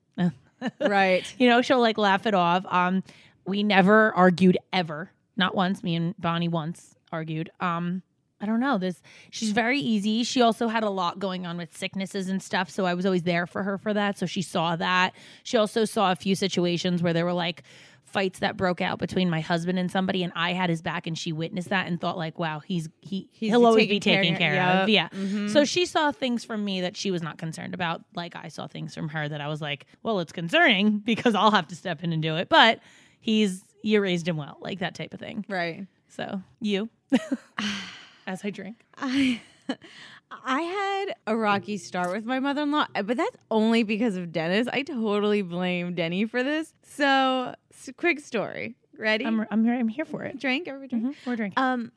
right.
You know, she'll like laugh it off. Um, we never argued ever, not once. Me and Bonnie once argued. Um, I don't know. This she's very easy. She also had a lot going on with sicknesses and stuff, so I was always there for her for that. So she saw that. She also saw a few situations where there were like fights that broke out between my husband and somebody and I had his back and she witnessed that and thought like, wow, he's he
He's
he'll always
taking
be taken
care-
care, of. Mm-hmm.
yeah.
Yeah.
Mhm.
So she saw things from me that she was not concerned about. Like I saw things from her that I was like, well, it's concerning *laughs* because I'll have to step in and do it. But he's you raised him well, like that type of thing.
Right.
So you *laughs* as I drink.
I *laughs* I had a rocky start with my mother in law, but that's only because of Dennis. I totally blame Denny for this. So, s- quick story. Ready?
I'm Mm-hmm. I'm I'm here for it. Uh,
drink. Everybody drink.
We're drinking.
Um,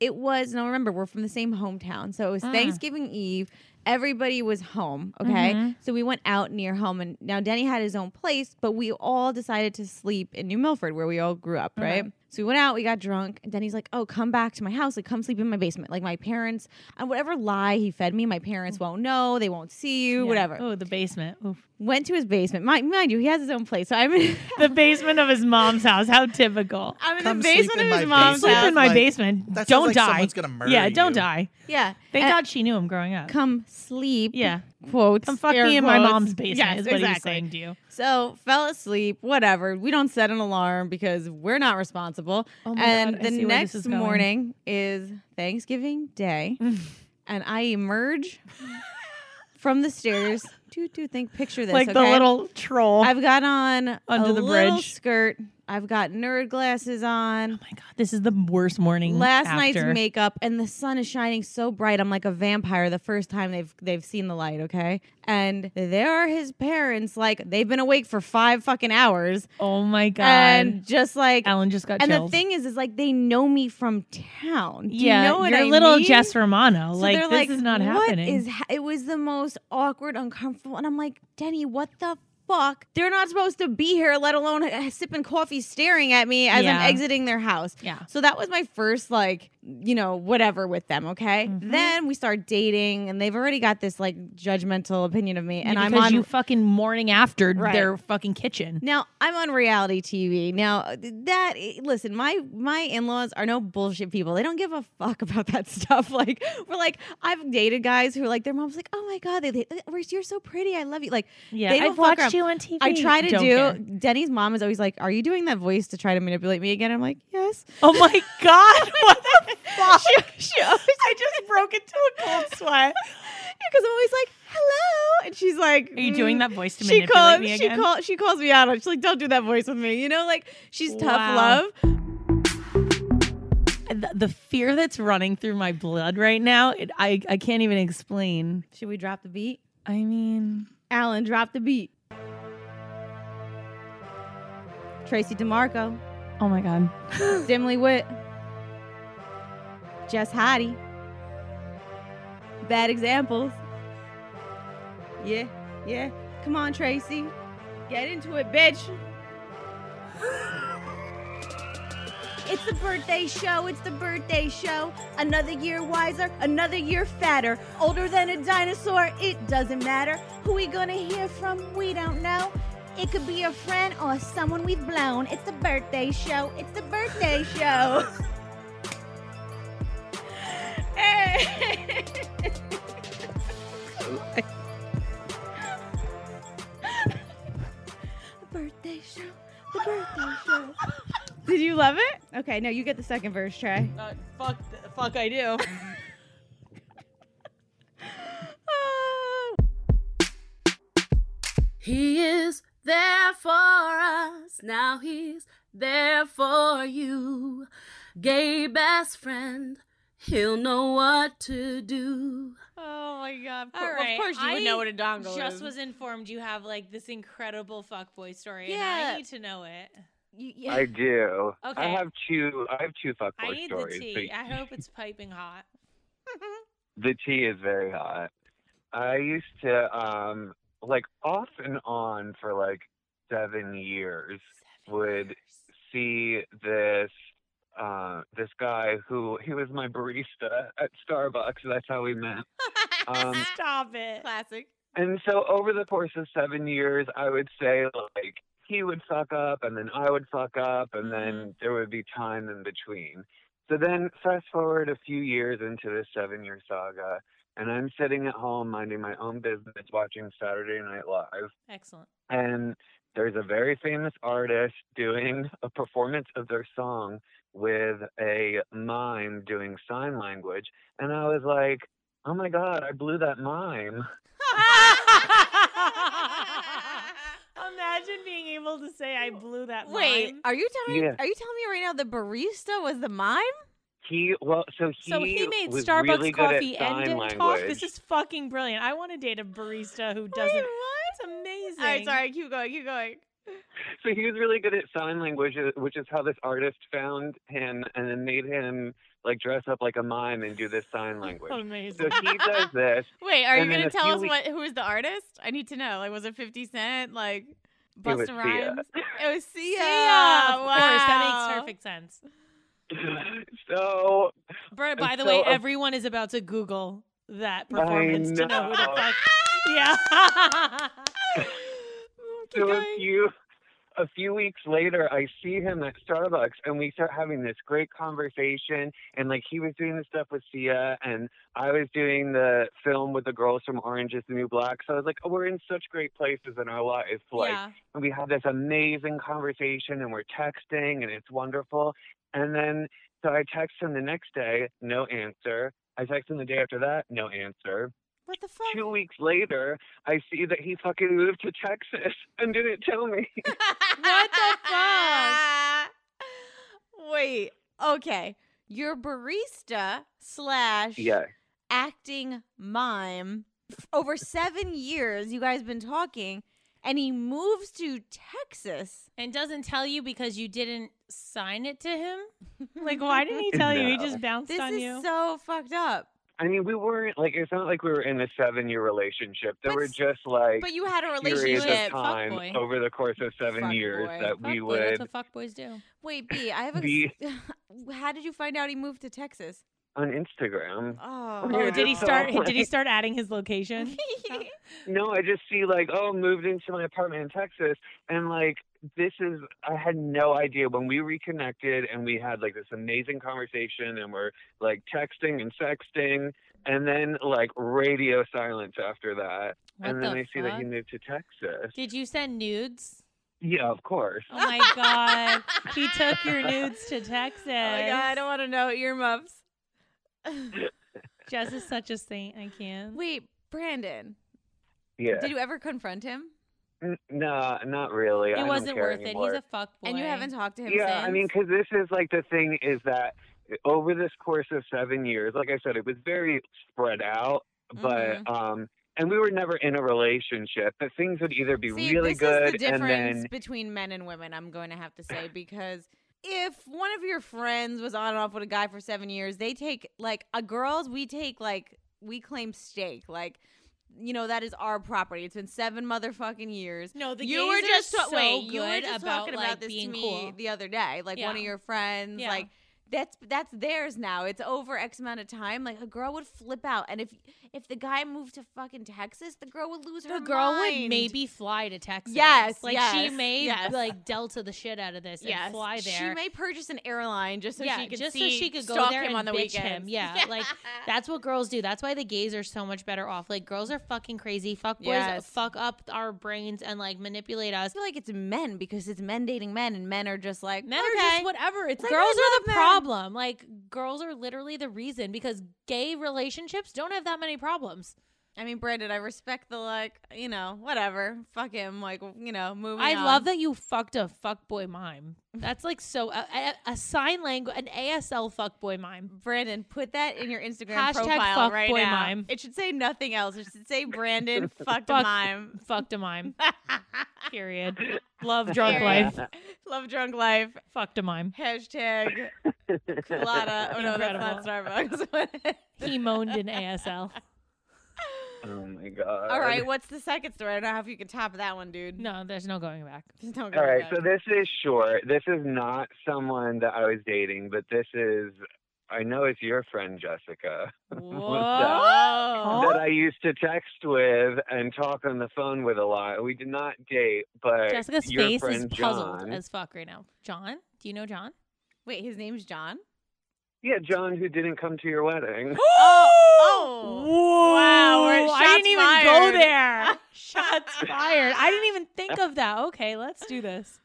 it was. Now remember, we're from the same hometown, so it was
Mm.
Thanksgiving Eve. Everybody was home. Okay,
Mhm.
so we went out near home, and now Denny had his own place, but we all decided to sleep in New Milford, where we all grew up.
Okay.
Right. So we went out, we got drunk, and Denny's like, "Oh, come back to my house, like come sleep in my basement, like my parents." And whatever lie he fed me, my parents won't know, they won't see you,
Mm. Yeah.
whatever.
Oh, the basement. Oof.
Went to his basement, mind, mind you, he has his own place, so I'm in, *laughs*
The basement of his mom's house. How *laughs* typical.
I'm in
Come
the
sleep
basement
in
of
my
his mom's
Sleep
house.
in my
Like,
basement.
that sounds
don't
like
die.
someone's gonna murder
Yeah, don't
you.
die.
Yeah,
Thank
And-
God she knew him growing up.
come sleep.
Yeah.
Quotes.
Come fuck
air
me in my
quotes.
mom's basement
Yes,
is what he was
exactly.
saying to you.
So fell asleep, whatever. We don't set an alarm because we're not responsible.
Oh my
and
God, I
the
see where this
next
is going.
morning is Thanksgiving
*laughs*
Day. and I emerge from the stairs. Do do think picture this.
like the
okay?
little troll.
I've got on
Under
a
the
little
bridge.
skirt. I've got nerd glasses on.
my God, this is the worst morning.
Last
Mm, after.
night's makeup and the sun is shining so bright. I'm like a vampire the first time they've they've seen the light, okay? And there are his parents like they've been awake for 5 fucking hours
Oh my God.
and just like
Ellen just got
and
chills.
the thing is is like they know me from town. Do
yeah,
you know what
you're
I
little
mean?
Jess Romano.
So
like
they're
this
like,
is not
"What
happening.
is ha- it was the most awkward, uncomfortable, and I'm like, Denny, what the fuck? They're not supposed to be here, let alone uh, sipping coffee, staring at me as
Yeah.
I'm exiting their house.
yeah.
So that was my first, like, you know, whatever with them. Okay.
Mm-hmm.
Then we start dating, and they've already got this like judgmental opinion of me, and I'm
because
on
you fucking morning after
Right.
their fucking kitchen.
now I'm on reality TV. Now that listen, my my in-laws are no bullshit people. They don't give a fuck *laughs* about that stuff. Like we're like I've dated guys who are like their mom's like, oh my god, they, they, Reese, you're so pretty, I love you. Like
Yeah,
they don't
I've
fuck
watched
around.
you on TV.
I try to
Don't
do.
care.
Denny's mom is always like, "Are you doing that voice to try to manipulate me again?" I'm like,
*laughs*
"Yes."
Oh my god! *laughs* What the fuck?
She, she always
*laughs* I
*laughs*
just broke into a cold sweat.
because I'm always like, "Hello," and she's like, "Mm."
Are you doing that voice to
she
manipulate
calls,
me
she
again?
calls, she calls me out. on it. She's like, "Don't do that voice with me." You know, like she's tough
Wow.
love.
the, the fear that's running through my blood right now, it, I I can't even explain.
Should we drop the beat?
I mean,
Alan, drop the beat. Tracy DeMarco,
oh my god.
*gasps* Dimly Wit, Jess Hottie. Bad examples. Yeah, yeah. Come on, Tracy. Get into it, bitch. It's the birthday show. It's the birthday show. Another year wiser, another year fatter. Older than a dinosaur, it doesn't matter. Who we gonna hear from? We don't know. It could be a friend or someone we've blown. It's the birthday show. It's the birthday show. *laughs* Hey. *laughs* birthday show. The birthday show.
Did you love it? Okay, no, you get the second verse, Trey.
Uh, fuck, th- fuck, I do.
He is there for us. Now he's there for you. Gay best friend. He'll know what to do.
Oh my god!
All right.
of course you would
I
know what a dongle
just
is.
was informed you have like this incredible fuckboy story. and
Yeah.
I need to know it.
I do. I
Okay.
have two. I have two fuckboy
I need
stories.
the tea. I hope it's piping hot.
the tea is very hot. I used to um like off and on for like seven years would see this uh this guy who he was my barista at Starbucks. That's how we met.
*laughs*
Um,
Stop it.
Classic.
and so over the course of seven years, I would say like he would fuck up and then I would fuck up
Mm-hmm.
and then there would be time in between. So then fast forward a few years into this seven year saga and I'm sitting at home minding my own business watching Saturday Night Live
Excellent.
and there's a very famous artist doing a performance of their song with a mime doing sign language and i was like oh my god i blew that mime
*laughs* Imagine being able to say I blew that.
Wait,
mime.
are you telling
Yeah.
are you telling me right now the barista was the mime?
he well so he,
So he made
was
Starbucks
really
coffee
good at sign
and didn't
language.
talk. This is fucking brilliant. I want to date a barista who doesn't. It's amazing.
All right, sorry, keep going, keep going.
so he was really good at sign language uh, which is how this artist found him and then made him like dress up like a mime and do this
*laughs*
sign language
Amazing.
so he does this
Wait, are you
and then
gonna
a
tell
few
us
weeks-
what who is the artist? I need to know. Like, was it Fifty Cent? Like,
was
Busta
Sia.
Rhymes?
*laughs*
It was Sia.
Yeah, of
wow.
course. That makes perfect sense.
so
Bro, by
And
the way,
so, uh,
everyone is about to Google that performance to know who the
know.
fuck. *laughs* Yeah.
*laughs*
so a few a few weeks later i see him at starbucks and we start having this great conversation and like he was doing the stuff with sia and i was doing the film with the girls from orange is the new black so i was like oh, we're in such great places in our life like
Yeah.
and we had this amazing conversation and we're texting and it's wonderful and then so i text him the next day no answer i text him the day after that no answer
what the fuck?
Two weeks later, I see that he fucking moved to Texas *laughs* and didn't tell me.
*laughs* what the fuck? Wait. Okay. Your barista slash
yeah.
acting mime over seven years. You guys been talking, and he moves to Texas.
And doesn't tell you because you didn't sign it to *laughs* him? Like, why didn't he tell you? He just
No.
bounced
This
on
is so
you.
Oh, fucked up.
I mean, we weren't like it's not like we were in a seven-year relationship. There were just like
but you had a
periods
relationship.
of time
Fuckboy.
over the course of seven years
Fuckboy.
that we
Fuckboy, that's
would
what
fuckboys do.
Wait, B, I have a.
B.
*laughs* How did you find out he moved to Texas?
on Instagram.
Oh.
Oh, did
*laughs*
he
So,
start? Did he
like-
start adding his location?
No, I just see like, oh, moved into my apartment in Texas, and like this is I had no idea when we reconnected and we had like this amazing conversation and we're like texting and sexting and then like radio silence after that. and
What
then
the
I see that he
fuck?
moved to Texas.
Did you send nudes?
Yeah, of course.
Oh my god, he took
*laughs*
your nudes to Texas. Oh
my God, I don't want to know earmuffs.
Jess is such a saint. I can't.
Wait, Brandon,
Yeah.
did you ever confront him?
N- No, not really. I
It
don't
wasn't
care
worth it. He's
anymore.
a
fuck
*laughs*
boy.
And you haven't talked to him
yeah,
since.
I mean, because this is like the thing is that over this course of seven years, like I said, it was very spread out, but
Mhm.
um, and we were never in a relationship, but things would either be
See,
really
this
good
is the difference
and then
between men and women. I'm going to have to say because if one of your friends was on and off with a guy for seven years, they take like a girls. We take like we claim stake like. You know that is our property. It's been seven motherfucking years.
No, the
you were
gays are
just ta-
so
wait. you were
good
just
about,
talking
like,
about this
being
to me
cool.
the other day. Like one
Yeah.
of your friends,
Yeah.
like that's that's theirs now. It's over X amount of time. Like a girl would flip out, and if if the guy moved to fucking Texas, the girl would lose her.
The girl would
mind.
maybe fly to Texas.
Yes,
like she
yes,
may
yes.
like Delta the shit out of this
Yes,
and fly there.
She may purchase an airline just so
yeah,
she could
just
see,
so she could go
stalk
there
him
and
on the
bitch
weekends. *laughs*
him. Yeah, like that's what girls do. That's why the gays are so much better off. Like girls are fucking crazy. Fuck boys
Yes.
fuck up our brains and like manipulate us.
I feel like it's men because it's men dating men, and men are just like
Men are just
"Okay."
whatever. It's
Like, I
girls are
love
the
men.
problem. Like girls are literally the reason because gay relationships don't have that many problems.
I mean, Brandon, I respect the like, you know, whatever. Fuck him, like, you know, moving.
I
um,
on.
love that you fucked a fuckboy mime. That's like so a, a, a sign language, an ASL fuckboy mime.
Brandon, put that in your Instagram
Hashtag
profile right
fuckboy
now.
mime.
It should say nothing else. It should
*laughs*
say Brandon fucked a
Fuck-
mime.
Fucked a
*laughs*
mime. Period. Love drunk
Period.
life.
*laughs* Love drunk life.
Fucked a mime.
Hashtag colada. Oh no, that's not Starbucks. *laughs*
he moaned in ASL.
Oh my god.
All right, what's the second story? I don't know if you can top that one, dude.
No, there's no going back.
There's no going
All right,
back.
so this is short. This is not someone that I was dating, but this is I know it's your friend Jessica.
Whoa.
that I used to text with and talk on the phone with a lot. We did not date, but
Jessica's
your
face is
friend
puzzled
John,
as fuck right now. John, do you know John?
Wait, his name's John?
yeah, John, who didn't come to
*gasps*
your wedding.
Oh,
Whoa.
Wow, we're-
I
shots
didn't even
fired. *laughs*
go there. Shots fired. I didn't e even think of that. Okay, let's do this.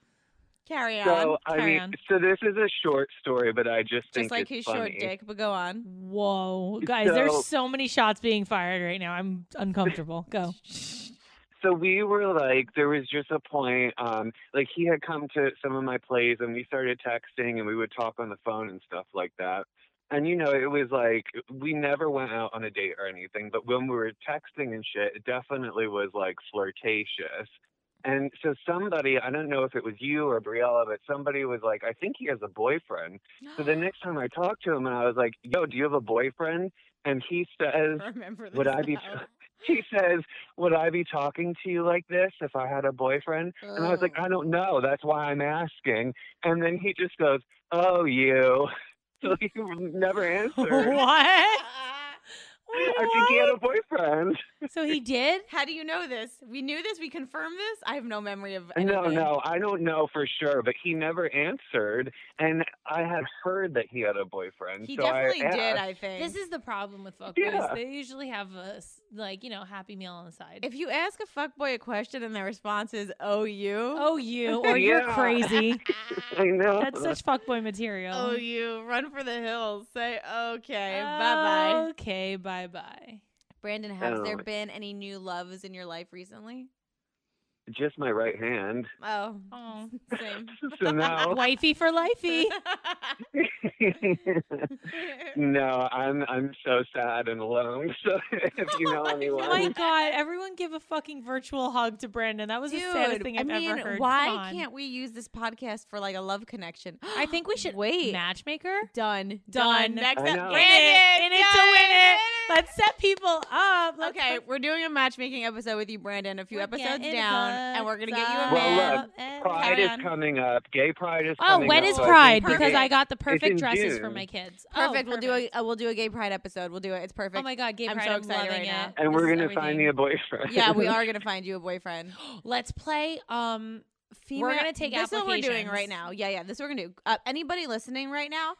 Carry on.
so I
Carry
mean,
on.
so this is a short story, but I just think
Just like
it's
his
funny.
short dick, but go on.
Whoa, guys, there's
So-
so many shots being fired right now. I'm uncomfortable.
*laughs*
Go.
So we were like, there was just a point, um, like he had come to some of my plays and we started texting and we would talk on the phone and stuff like that. And you know, it was like we never went out on a date or anything, but when we were texting and shit, it definitely was like flirtatious. And so somebody, I don't know if it was you or Briella, but somebody was like, I think he has a boyfriend. So the next time I talked to him and I was like, Yo, do you have a boyfriend? And he says,
*gasps* Remember this
Would I be
now.
he says, Would I be talking to you like this if I had a boyfriend? And I was
Oh.
like, I don't know. That's why I'm asking. And then he just goes, Oh, you. *laughs* So he never answered.
*laughs* What?
I think he had a boyfriend.
So he
*laughs*
did?
How do you know this? We knew this. We confirmed this. I have no memory of anything.
No, no, I don't know for sure, but he never answered. And I had heard that he had a boyfriend.
He
so
definitely
I
did.
asked.
I think
This is the problem with fuckboys.
Yeah.
They usually have a s- like you know happy meal on the side.
If you ask a fuckboy a question and their response is "Oh, you,"
oh
*laughs*
you or you're
Yeah.
crazy.
*laughs* I know.
That's such fuckboy material.
"Oh, you," run for the hills. Say okay, bye bye.
Okay, bye bye.
Oh. Brandon, has there
Oh.
been any new loves in your life recently?
Just my right hand. *laughs*
Oh,
Oh.
*laughs* same.
So
*laughs*
now.
Wifey
*laughs*
for
*laughs*
lifey.
no, I'm I'm so sad and alone. *laughs* So if you
*laughs*
know anyone,
Oh my god, everyone give a fucking virtual hug to Brandon. That was the saddest
Dude,
thing
I
I've
mean,
ever heard. Come
why
on.
can't we use this podcast for like a love connection? *gasps*
I think we should
Wait.
matchmaker.
Done.
Done.
Next
I
up,
know.
In it, in it to win it. Let's set people up. Let's
Okay,
fuck-
we're doing a matchmaking episode with you, Brandon. A few
We're
episodes
getting
down, and we're gonna get you a
fucked
man.
Well,
up and-
Pride
Carry
is
on.
coming up. Gay Pride is
Oh,
coming
when
up,
is
so I
Pride?
think we
Because
can-
I got the
in
perfect dresses for
June.
my kids. Oh,
Perfect. We'll do a
perfect.
uh, we'll do a gay pride episode. We'll do it. It's perfect.
Oh my god, gay
I'm
pride!
so excited
loving
right
it.
now.
and
This
we're
is
gonna find
everything.
me a boyfriend.
yeah,
*laughs*
we are gonna find you a boyfriend.
Let's play. Um, female. We're gonna take
this is what we're doing right
applications.
now. Yeah, yeah. This is what we're gonna do. Uh, anybody listening right now,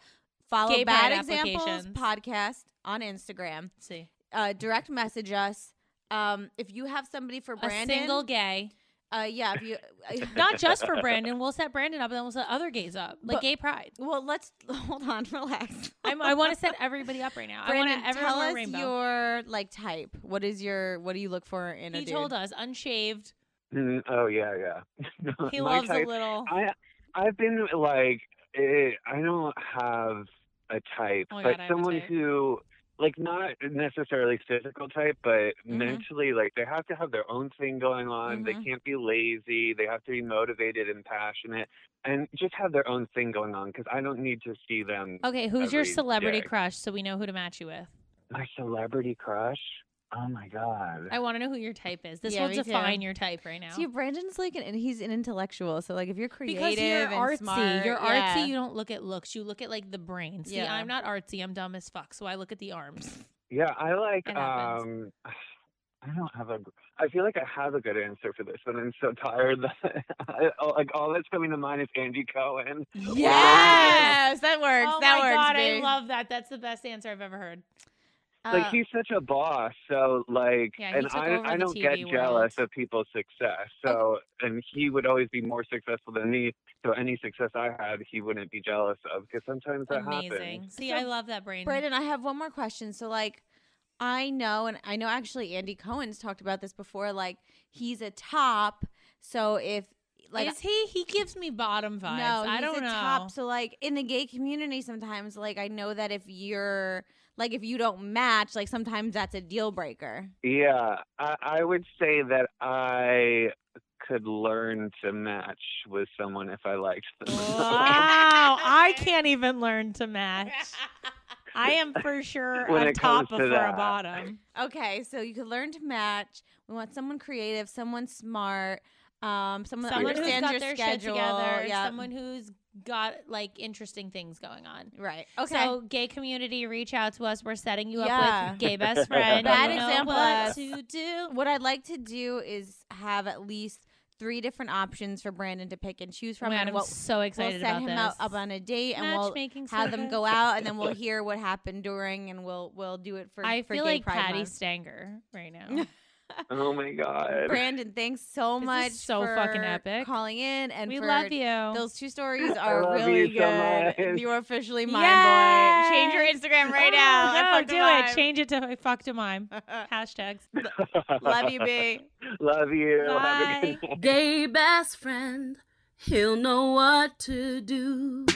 follow
Gay
Bad
Pride
Examples
applications.
podcast on Instagram.
Let's see,
Uh, direct message us. Um, if you have somebody for Brandon,
a single gay.
uh, yeah,
*laughs*
if you, *laughs*
Not just for Brandon. We'll set Brandon up, and then we'll set other gays up, like
But-
gay pride.
well, let's hold on, *laughs* relax.
I'm, I want
*laughs*
to set everybody up right now. I
Brandon,
want to
tell us
rainbow.
your like type. What is your what do you look for in a
he
dude?
told us
*laughs*
unshaved.
Mm, oh yeah, yeah. *laughs*
He
My
loves
type-
a little.
I I've been like eh, I don't have a type,
Oh my
but
God, I have a
someone
type.
who like not necessarily physical type, but
Mhm.
mentally like they have to have their own thing going on.
Mm-hmm.
Mhm.
They can't be lazy. They have to be motivated and passionate, and just have their own thing going on. Because I don't need to see them.
Okay, who's your
every
celebrity
day.
crush so we know who to match you with?
My celebrity crush. Oh my god.
I want to know who your type is. This
Yeah,
will
me too.
define your type right now.
See, Brandon's like an, and he's an intellectual. So like, if you're creative
because you're
and
artsy,
smart,
you're
yeah.
artsy. You don't look at looks. You look at like the brain. See,
Yeah.
I'm not artsy. I'm dumb as fuck. So I look at the arms. *laughs*
Yeah, I like.
It
um *sighs* I don't have a. I feel like I have a good answer for this, but I'm so tired that *laughs* I, oh, like all that's coming to mind is Andy Cohen.
Yes, that works.
Oh
that
my
works.
god, I
babe.
love that. That's the best answer I've ever heard.
Like
Uh,
he's such a boss, so like,
Yeah, he
and
took
I
over
I
the
don't get
TV world. Oh.
jealous of people's success. So and he would always be more successful than me. So any success I had, he wouldn't be jealous of because sometimes that happens.
See, I love that brain.
Brandon, I have one more question. So like I know and I know actually Andy Cohen's talked about this before, like he's a top. So if like
is he? He gives me bottom vibes.
No,
I
he's
don't
a
know. *laughs*
top. So like in the gay community sometimes like I know that if you're like if you don't match, like sometimes that's a deal breaker.
Yeah, I, I would say that I could learn to match with someone if I liked them. *laughs*
Wow, I can't even learn to match. I am for sure
When
a
it comes
top
to
before a
that.
bottom.
Okay, so you could learn to match. We want someone creative, someone smart, um, someone,
Someone
that
who's
understands
got
your
their
schedule.
shit together.
yeah.
Someone who's got like interesting things going on.
Right. Okay.
So, gay community, reach out to us. We're setting you up
Yeah. *laughs*
with gay best friend.
Bad
You know
example.
What
Us.
to do?
What I'd like to do is have at least three different options for Brandon to pick and choose from.
Man,
and
I'm
we'll,
so excited
We'll set
about
him
this.
out up on a date, and we'll
Matchmaking's
have
so
them
good.
go out, and then we'll hear what happened during, and we'll we'll do it for.
I
for
feel
Gay
like
Pride
Patty
Month.
Stanger
*laughs*
right now.
oh my god.
Brandon, thanks so
This is
much.
so fucking
for
epic.
Calling in and
We
for-
love you.
Those two stories
Oh. *laughs* I
are
love
really
you so
good.
much.
you are officially mine
Yes.
boy. Change your Instagram right
Oh,
now. at
No,
Fuck the
do
Mime.
it. Change it to I fucked a
*laughs*
mime. Hashtags. *laughs*
*laughs*
Love you, B.
Love you. Have a good night.
Gay best friend, he'll know what to do.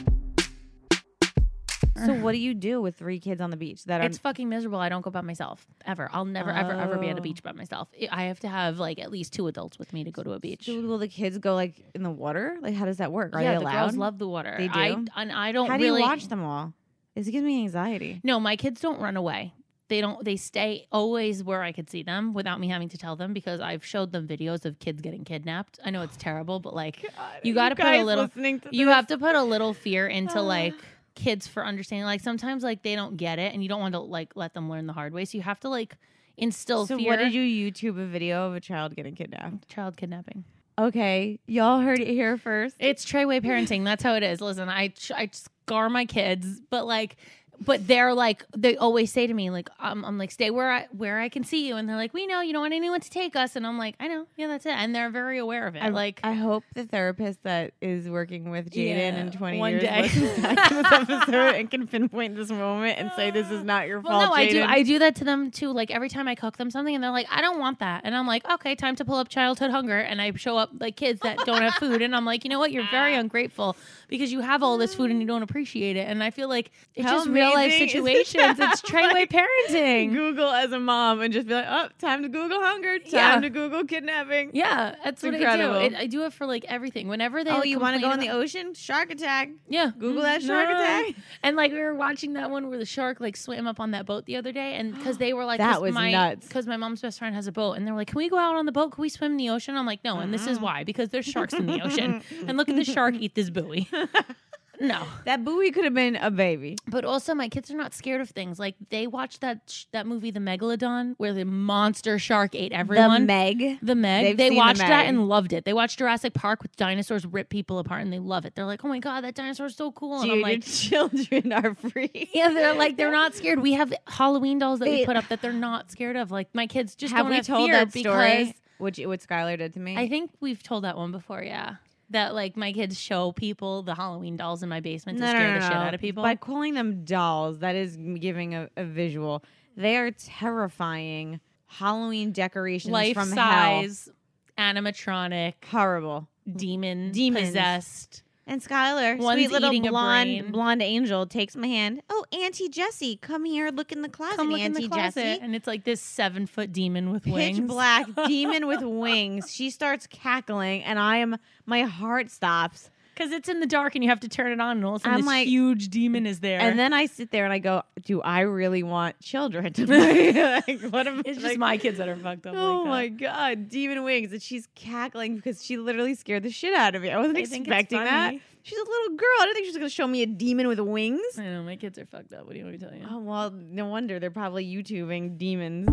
So what do you do with three kids on the beach that are
It's fucking miserable. I don't go by myself ever. I'll never, ever, ever be at a beach
Oh.
by myself. I- I have to have like at least two adults with me to go to a beach.
So will the kids go like in the water? Like how does that work? Are
yeah,
they
the
allowed?
girls love the water.
They do.
I, and I don't
How
really
do you watch them all? This gives me anxiety.
No, my kids don't run away. They don't. They stay always where I could see them without me having to tell them because I've showed them videos of kids getting kidnapped. I
*sighs*
know it's terrible, but like you got to put a
guys
little.
listening to
you
this.
have to put a little
*sighs*
fear into like kids for understanding. Like sometimes like they don't get it, and you don't want to like let them learn the hard way. So you have to like instill
so
fear.
what did you YouTube a video of a child getting kidnapped?
Child kidnapping.
Okay, y'all heard it here first.
It's Treyway parenting. That's how it is. Listen, I ch- I scar my kids, but like, but they're like they always say to me like I'm, I'm like stay where I where I can see you, and they're like we know you don't want anyone to take us, and I'm like I know yeah that's it, and they're very aware of it.
I,
like
I hope the therapist that is working with Jaden
Yeah,
in 20
one
years
day.
listens back
*laughs*
to this episode and can pinpoint this moment and say this is not your
well
fault.
no I do
Jaden."
I do that to them too. Like every time I cook them something, and they're like I don't want that, and I'm like okay time to pull up childhood hunger, and I show up like kids that don't have food, and I'm like you know what you're
*laughs*
very ungrateful because you have all this food and you don't appreciate it, and I feel like it's
How
just real life
amazing *laughs* is
situations.
that?
It's Treyway
Like,
parenting.
Google as a mom and just be like, oh, time to Google hunger, time
Yeah.
to Google kidnapping.
Yeah,
It's
that's what
incredible.
I do. It, I do it for like everything. Whenever they,
oh,
like,
you want to go in
complain
the
about-
ocean? Shark attack.
Yeah, Mm-hmm.
Google that shark attack.
And like we were watching that one where the shark like swam up on that boat the other day, and because they were like,
That
'cause
was
my,
nuts.
Because my mom's best friend has a boat, and they're like, "Can we go out on the boat? Can we swim in the ocean?" I'm like, "No," and this is
Mm-hmm.
why because there's sharks in the
*laughs*
ocean, and look at the shark eat this buoy. No,
that buoy could have been a baby.
But also, my kids are not scared of things. Like they watched that sh- that movie, The Megalodon, where the monster shark ate everyone.
Meg.
The Meg.
They've
they
seen The
watched that
Meg.
and loved it. They watched Jurassic Park with dinosaurs rip people apart, and they love it. They're like, "Oh my god, that dinosaur's so cool!" And
Dude,
I'm
your *laughs*
like,
children are free.
"Yeah." They're like, they're not scared. We have Halloween dolls that we
They-
put up that they're not scared of. Like my kids just
have
don't
we
have
told
fear
that story?
because
Which what Skylar did to me.
I think we've told that one before. Yeah, that like my kids show people the Halloween dolls in my basement to scare the shit out of people.
By calling them dolls, that is m- giving a, a visual. They are terrifying Halloween decorations
life
from
size, animatronic,
horrible,
demon,
Demons.
possessed.
hell. And Skylar,
One's
sweet little
eating a
blonde
brain.
blonde angel, takes my hand. Oh, Auntie Jessie, come here, look in the closet,
Come look in
Auntie
the closet,
Jessie.
and it's like this seven foot demon with wings.
Pitch
*laughs*
black demon with wings. She starts cackling, and I am my heart stops.
Because it's in the dark and you have to turn it on, and all of a sudden
I'm
this
like-
huge demon is there.
And then I sit there and I go, "Do I really
*laughs*
want
*laughs*
children to play?" like, what am
*laughs* it's
like-
just my kids that are fucked up. like
Oh
uh, that.
my god, demon wings! And she's cackling because she literally scared the shit out of me. I wasn't
They think it's
expecting that.
funny.
She's a little girl. I don't think she's gonna show me a demon with wings.
I know my kids are fucked up. What do you want me to tell you?
Oh well, no wonder they're probably YouTubing demons.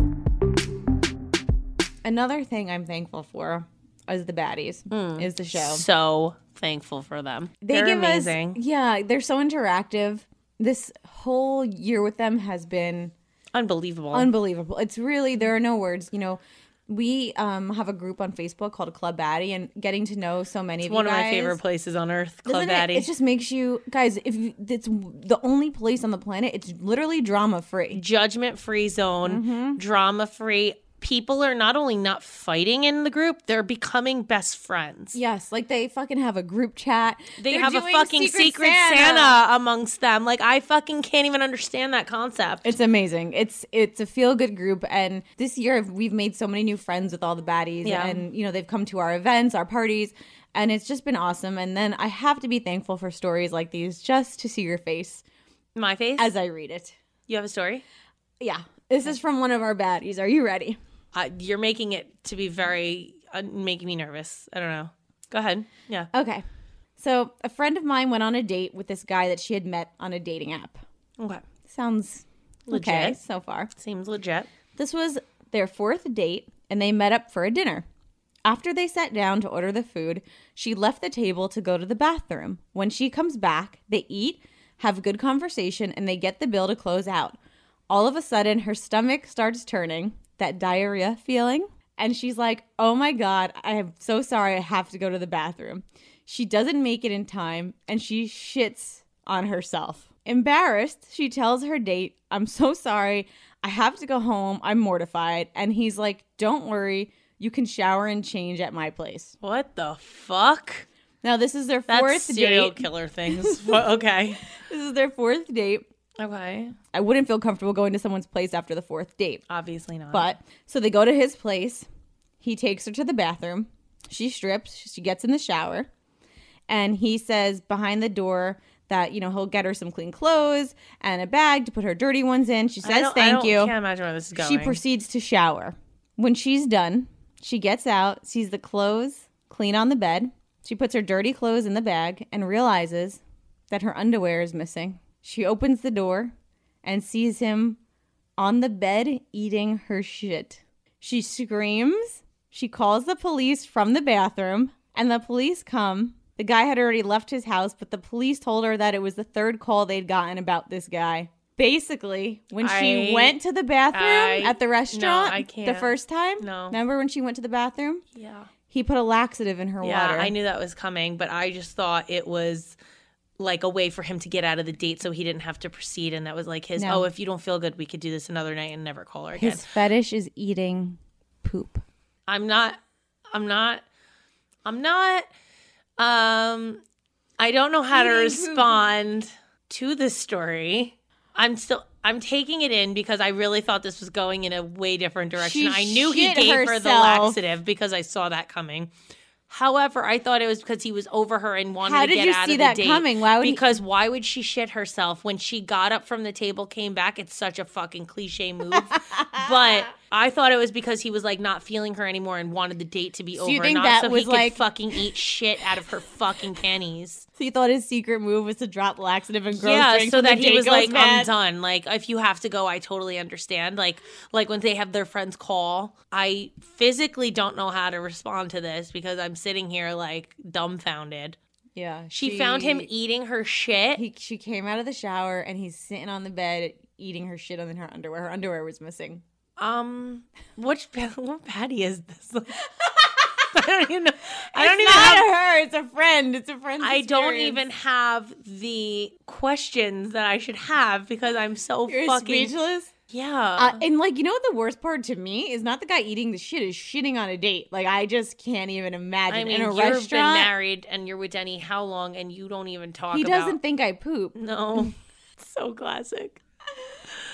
Another thing I'm thankful for is the baddies.
Hmm.
Is the show
So thankful for them.
they give us yeah they're so interactive this whole year with them has been
unbelievable
Oh. unbelievable it's really there are no words you know we um, have a group on facebook called club baddie and getting to know so many
It's
of you
one of my
guys-
favorite places on earth, Club
Isn't it?
Daddy.
It, just makes you guys. If you, it's the only place on the planet, it's literally drama free.
judgment free zone,
Mm-hmm.
drama free. People are not only not fighting in the group, they're becoming best friends.
Yes, like they fucking have a group chat.
They
They're
have a
doing
fucking secret, Santa. amongst them. Like I fucking can't even understand that concept.
It's amazing. It's it's a feel good group, and this year we've made so many new friends with all the baddies,
Yeah.
and you know they've come to our events, our parties, and it's just been awesome. And then I have to be thankful for stories like these, just to see your face
My face.
as I read it.
you have a story.
Yeah, this is from one of our baddies. Are you ready?
Uh, you're making it to be very uh, making me nervous. I don't know. Go ahead. Yeah.
Okay. So a friend of mine went on a date with this guy that she had met on a dating app.
Okay.
Sounds
Legit.
okay so far.
Seems legit.
This was their fourth date, and they met up for a dinner. After they sat down to order the food, she left the table to go to the bathroom. When she comes back, they eat, have a good conversation, and they get the bill to close out. All of a sudden, her stomach starts turning, that diarrhea feeling, and she's like, Oh my God, I am so sorry, I have to go to the bathroom. She doesn't make it in time, and she shits on herself. Embarrassed, she tells her date, I'm so sorry. I have to go home. I'm mortified. And he's like, Don't worry. You can shower and change at my place.
What the fuck?
Now, this is their
That's
fourth
serial
date.
killer things. Well, okay.
This is their fourth date.
Okay.
I wouldn't feel comfortable going to someone's place after the fourth date.
Obviously not.
But so they go to his place. He takes her to the bathroom. She strips. She gets in the shower. And he says behind the door that, you know, he'll get her some clean clothes and a bag to put her dirty ones in. She
I
says,
don't- I
Thank
don't-
you.
Can't imagine where this is going.
She proceeds to shower. When she's done, she gets out, sees the clothes clean on the bed. She puts her dirty clothes in the bag and realizes that her underwear is missing. She opens the door and sees him on the bed eating her shit. She screams. She calls the police from the bathroom, and the police come. The guy had already left his house, but the police told her that it was the third call they'd gotten about this guy. Basically, when she
I-
went to the bathroom
I-
at the
no,
restaurant
I
the
can't.
first time,
No.
remember when she went to the bathroom?
Yeah.
He put a laxative in her
Yeah,
water.
I knew that was coming, but I just thought it was like a way for him to get out of the date so he didn't have to proceed. And that was like his,
No.
oh, if you don't feel good, we could do this another night and never call her again.
His fetish is eating poop.
I'm not, I'm not, I'm not, um, I don't know how to respond to this story. I'm still, I'm taking it in because I really thought this was going in a way different direction.
She
I knew he
shit
gave her the
herself.
laxative because I saw that coming. However, I thought it was because he was over her and wanted
How
to
did
get
you
out
see
of
that
the date.
coming? Why would he-
because why would she shit herself when she got up from the table, came back? It's such a fucking cliche move.
*laughs*
but
Ah.
I thought it was because he was like not feeling her anymore and wanted the date to be
So
over,
you think
not
that
so
was
he
like-
could fucking eat shit out of her
*laughs*
fucking panties.
So you thought his secret move was to drop laxative and gross
yeah,
drinks
so
when the
that he
date
was
goes
like,
bad?
"I'm done." Like, if you have to go, I totally understand. Like, like when they have their friends call, I physically don't know how to respond to this because I'm sitting here like dumbfounded.
Yeah,
She found him eating her shit.
He, she came out of the shower and he's sitting on the bed eating her shit in her underwear. Her underwear was missing.
Um, which *laughs* what patty is this? *laughs* I don't even know. I don't
It's
even
not
have
her. It's a friend. It's a friend.
I don't even have the questions that I should have because I'm so
You're
fucking
speechless.
Yeah.
Uh, and like you know what the worst part to me is not the guy eating the shit is shitting on a date. Like I just can't even imagine
I mean,
in a
you've
restaurant.
been married and you're with Denny how long and you don't even talk
he
about
doesn't think I poop.
*laughs* No. so classic.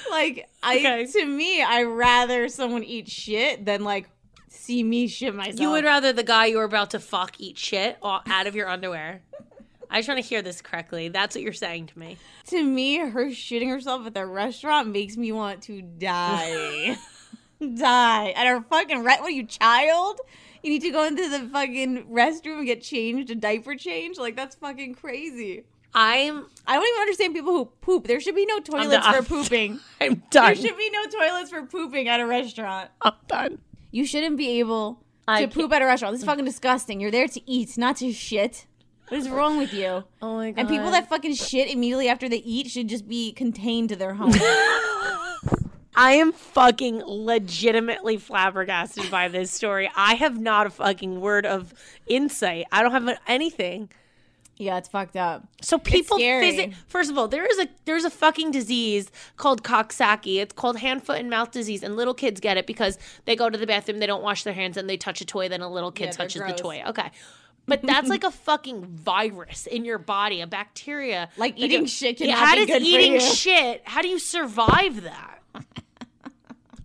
Like I
Okay.
to me, I rather someone eat shit than like see me shit myself.
You would rather the guy you were about to fuck eat shit o- out of your underwear. I just want to hear this correctly. That's what you're saying to me.
*laughs* To me, her shooting herself at the restaurant makes me want to
*laughs*
die. die. At her fucking rent. What are you, child? You need to go into the fucking restroom and get changed, a diaper change? Like, that's fucking crazy.
I'm.
I don't even understand people who poop. There should be no toilets
done.
for pooping.
*laughs* I'm done.
There should be no toilets for pooping at a restaurant.
I'm done.
You shouldn't be able
I
to poop at a restaurant. This is fucking disgusting. You're there to eat, not to shit. What is wrong with you?
Oh my
And people
God.
that fucking shit immediately after they eat should just be contained to their
*laughs*
home.
I am fucking legitimately flabbergasted by this story. I have not a fucking word of insight. I don't have anything.
Yeah, it's fucked up.
So people
scary.
visit. First of all, there is a there's a fucking disease called Coxsackie. It's called hand, foot, and mouth disease, and little kids get it because they go to the bathroom, they don't wash their hands, and they touch a toy. Then a little kid
Yeah, they're
touches
gross.
the toy.
*laughs*
Okay, but that's like a fucking virus in your body, a bacteria.
Like
that
eating
go-
shit
Yeah,
cannot
how
be
does
good for
eating
you.
shit? How do you survive that?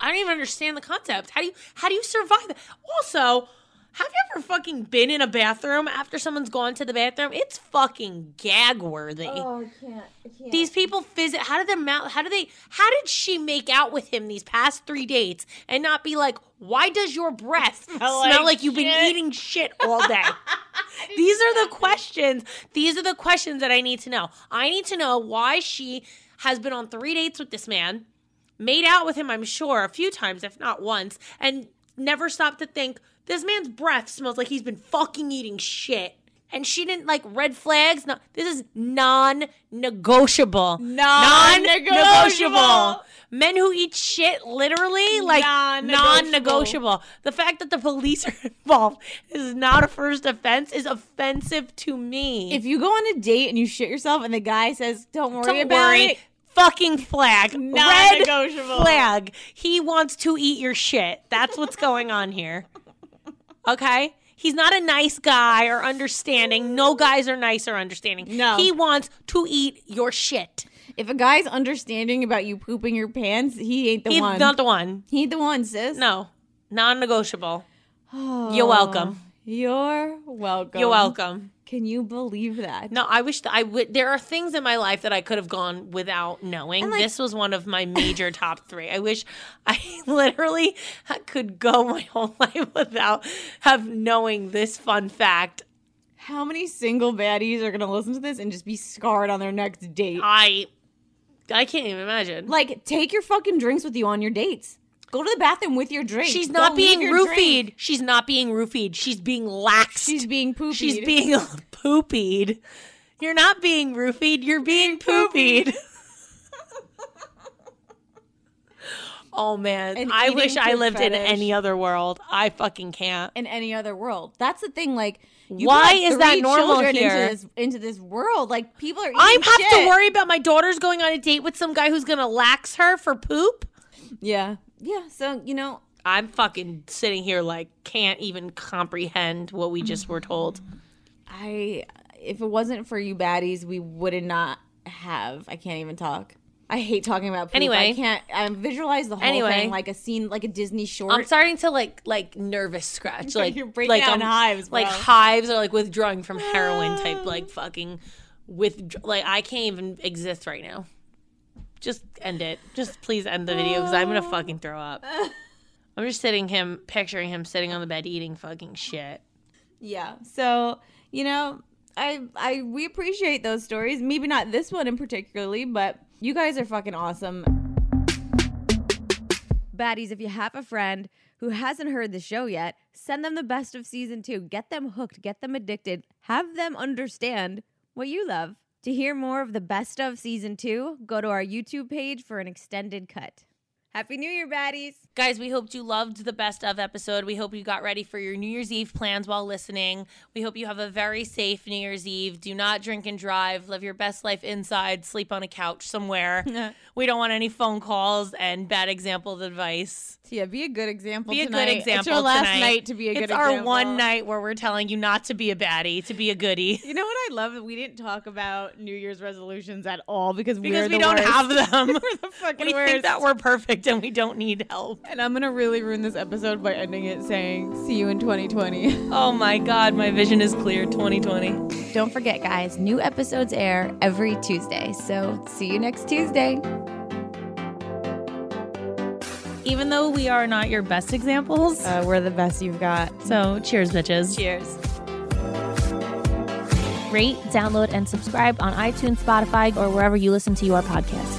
I don't even understand the concept. How do you how do you survive that? Also, have you ever fucking been in a bathroom after someone's gone to the bathroom? It's fucking gag worthy.
Oh, I can't. I can't.
These people visit. How did their mouth? How do they? How did she make out with him these past three dates and not be like, "Why does
*laughs*
your breath smell
Smell
like,
like
you've been
shit."
eating shit all day?" these are the questions. These are the questions that I need to know. I need to know why she has been on three dates with this man, made out with him. I'm sure a few times, if not once, and never stopped to think this man's breath smells like he's been fucking eating shit. And she didn't like red flags. No, this is non-negotiable.
Non-negotiable.
Non-negotiable. Men who eat shit, literally, like
Non-negotiable.
non-negotiable. The fact that the police are *laughs* involved is not a first offense. Is offensive to me.
If you go on a date and you shit yourself and the guy says, "Don't worry
Don't
about
worry.
it,"
Fucking flag. Red
Non-negotiable.
flag. He wants to eat your shit. That's what's going on here. Okay? He's not a nice guy or understanding. No guys are nice or understanding.
No.
He wants to eat your shit.
if a guy's understanding about you pooping your pants, he ain't the
He's
one.
not the one.
He ain't the one, sis.
No. Non negotiable. You're welcome.
You're welcome.
You're welcome.
Can you believe that?
No, I wish that I would. There are things in my life that I could have gone without knowing. this was one
*laughs*
of my major top three. I wish I *laughs* literally could go my whole *laughs* life without have knowing this fun fact.
How many single baddies are gonna listen to this and just be scarred on their next date?
I I can't even imagine.
Like, take your fucking drinks with you on your dates. Go to the bathroom with your drink.
She's
Don't
not
leave
being
your
roofied.
drink.
She's not being roofied. She's being laxed. She's
being poopied.
She's being *laughs* poopied. You're not being roofied. You're being poopied. *laughs* oh man,
An
I
eating
wish I
poop
lived in
fetish.
any other world. I fucking can't.
in any other world. That's the thing. Like,
Why
brought
is that
three
normal
children
here?
Into this, into this world, like people are. Eating
I have
shit.
to worry about my daughter's going on a date with some guy who's gonna lax her for poop.
Yeah, yeah. So you know,
I'm fucking sitting here like can't even comprehend what we just were told.
I if it wasn't for you baddies, we would not have. I can't even talk. I hate talking about poop.
Anyway.
I can't. I visualize the whole
Anyway.
thing like a scene, like a Disney short.
I'm starting to like like nervous
*laughs*
scratch, like
You're breaking
like
out in hives,
like
bro. Ah.
hives or like withdrawing from heroin type, like fucking with like I can't even exist right now. Just end it. Just please end the video because I'm
Ah.
gonna fucking throw up. I'm just sitting him, picturing him sitting on the bed eating fucking shit.
Yeah. So you know, I I we appreciate those stories. Maybe not this one in particularly, but you guys are fucking awesome.
Baddies, if you have a friend who hasn't heard the show yet, send them the best of season two. Get them hooked, get them addicted, have them understand what you love. To hear more of the best of season two, go to our YouTube page for an extended cut. Happy New Year, baddies!
Guys, we hoped you loved the best of episode. We hope you got ready for your New Year's Eve plans while listening. We hope you have a very safe New Year's Eve. Do not drink and drive. Live your best life inside. Sleep on a couch
*laughs*
somewhere. we don't want any phone calls and bad example of advice.
Yeah, be a good example.
Be a
tonight.
good example.
It's your last
tonight.
night to be a good
It's
example.
our one night where we're telling you not to be a baddie, to be a goodie.
You know what I love? We didn't talk about New Year's resolutions at all because,
*laughs*
we're
Because we
the
don't
worst.
have
*laughs*
them.
we're the fucking
we
worst.
think that we're perfect perfect and we don't need help.
And I'm going to really ruin this episode by ending it saying, see you in 2020.
Oh my God, my vision is clear 2020.
Don't forget, guys, new episodes air every Tuesday. So see you next Tuesday.
Even though we are not your best examples,
uh, we're the best you've got.
So cheers, bitches.
Cheers.
Rate, download, and subscribe on iTunes, Spotify, or wherever you listen to your podcast.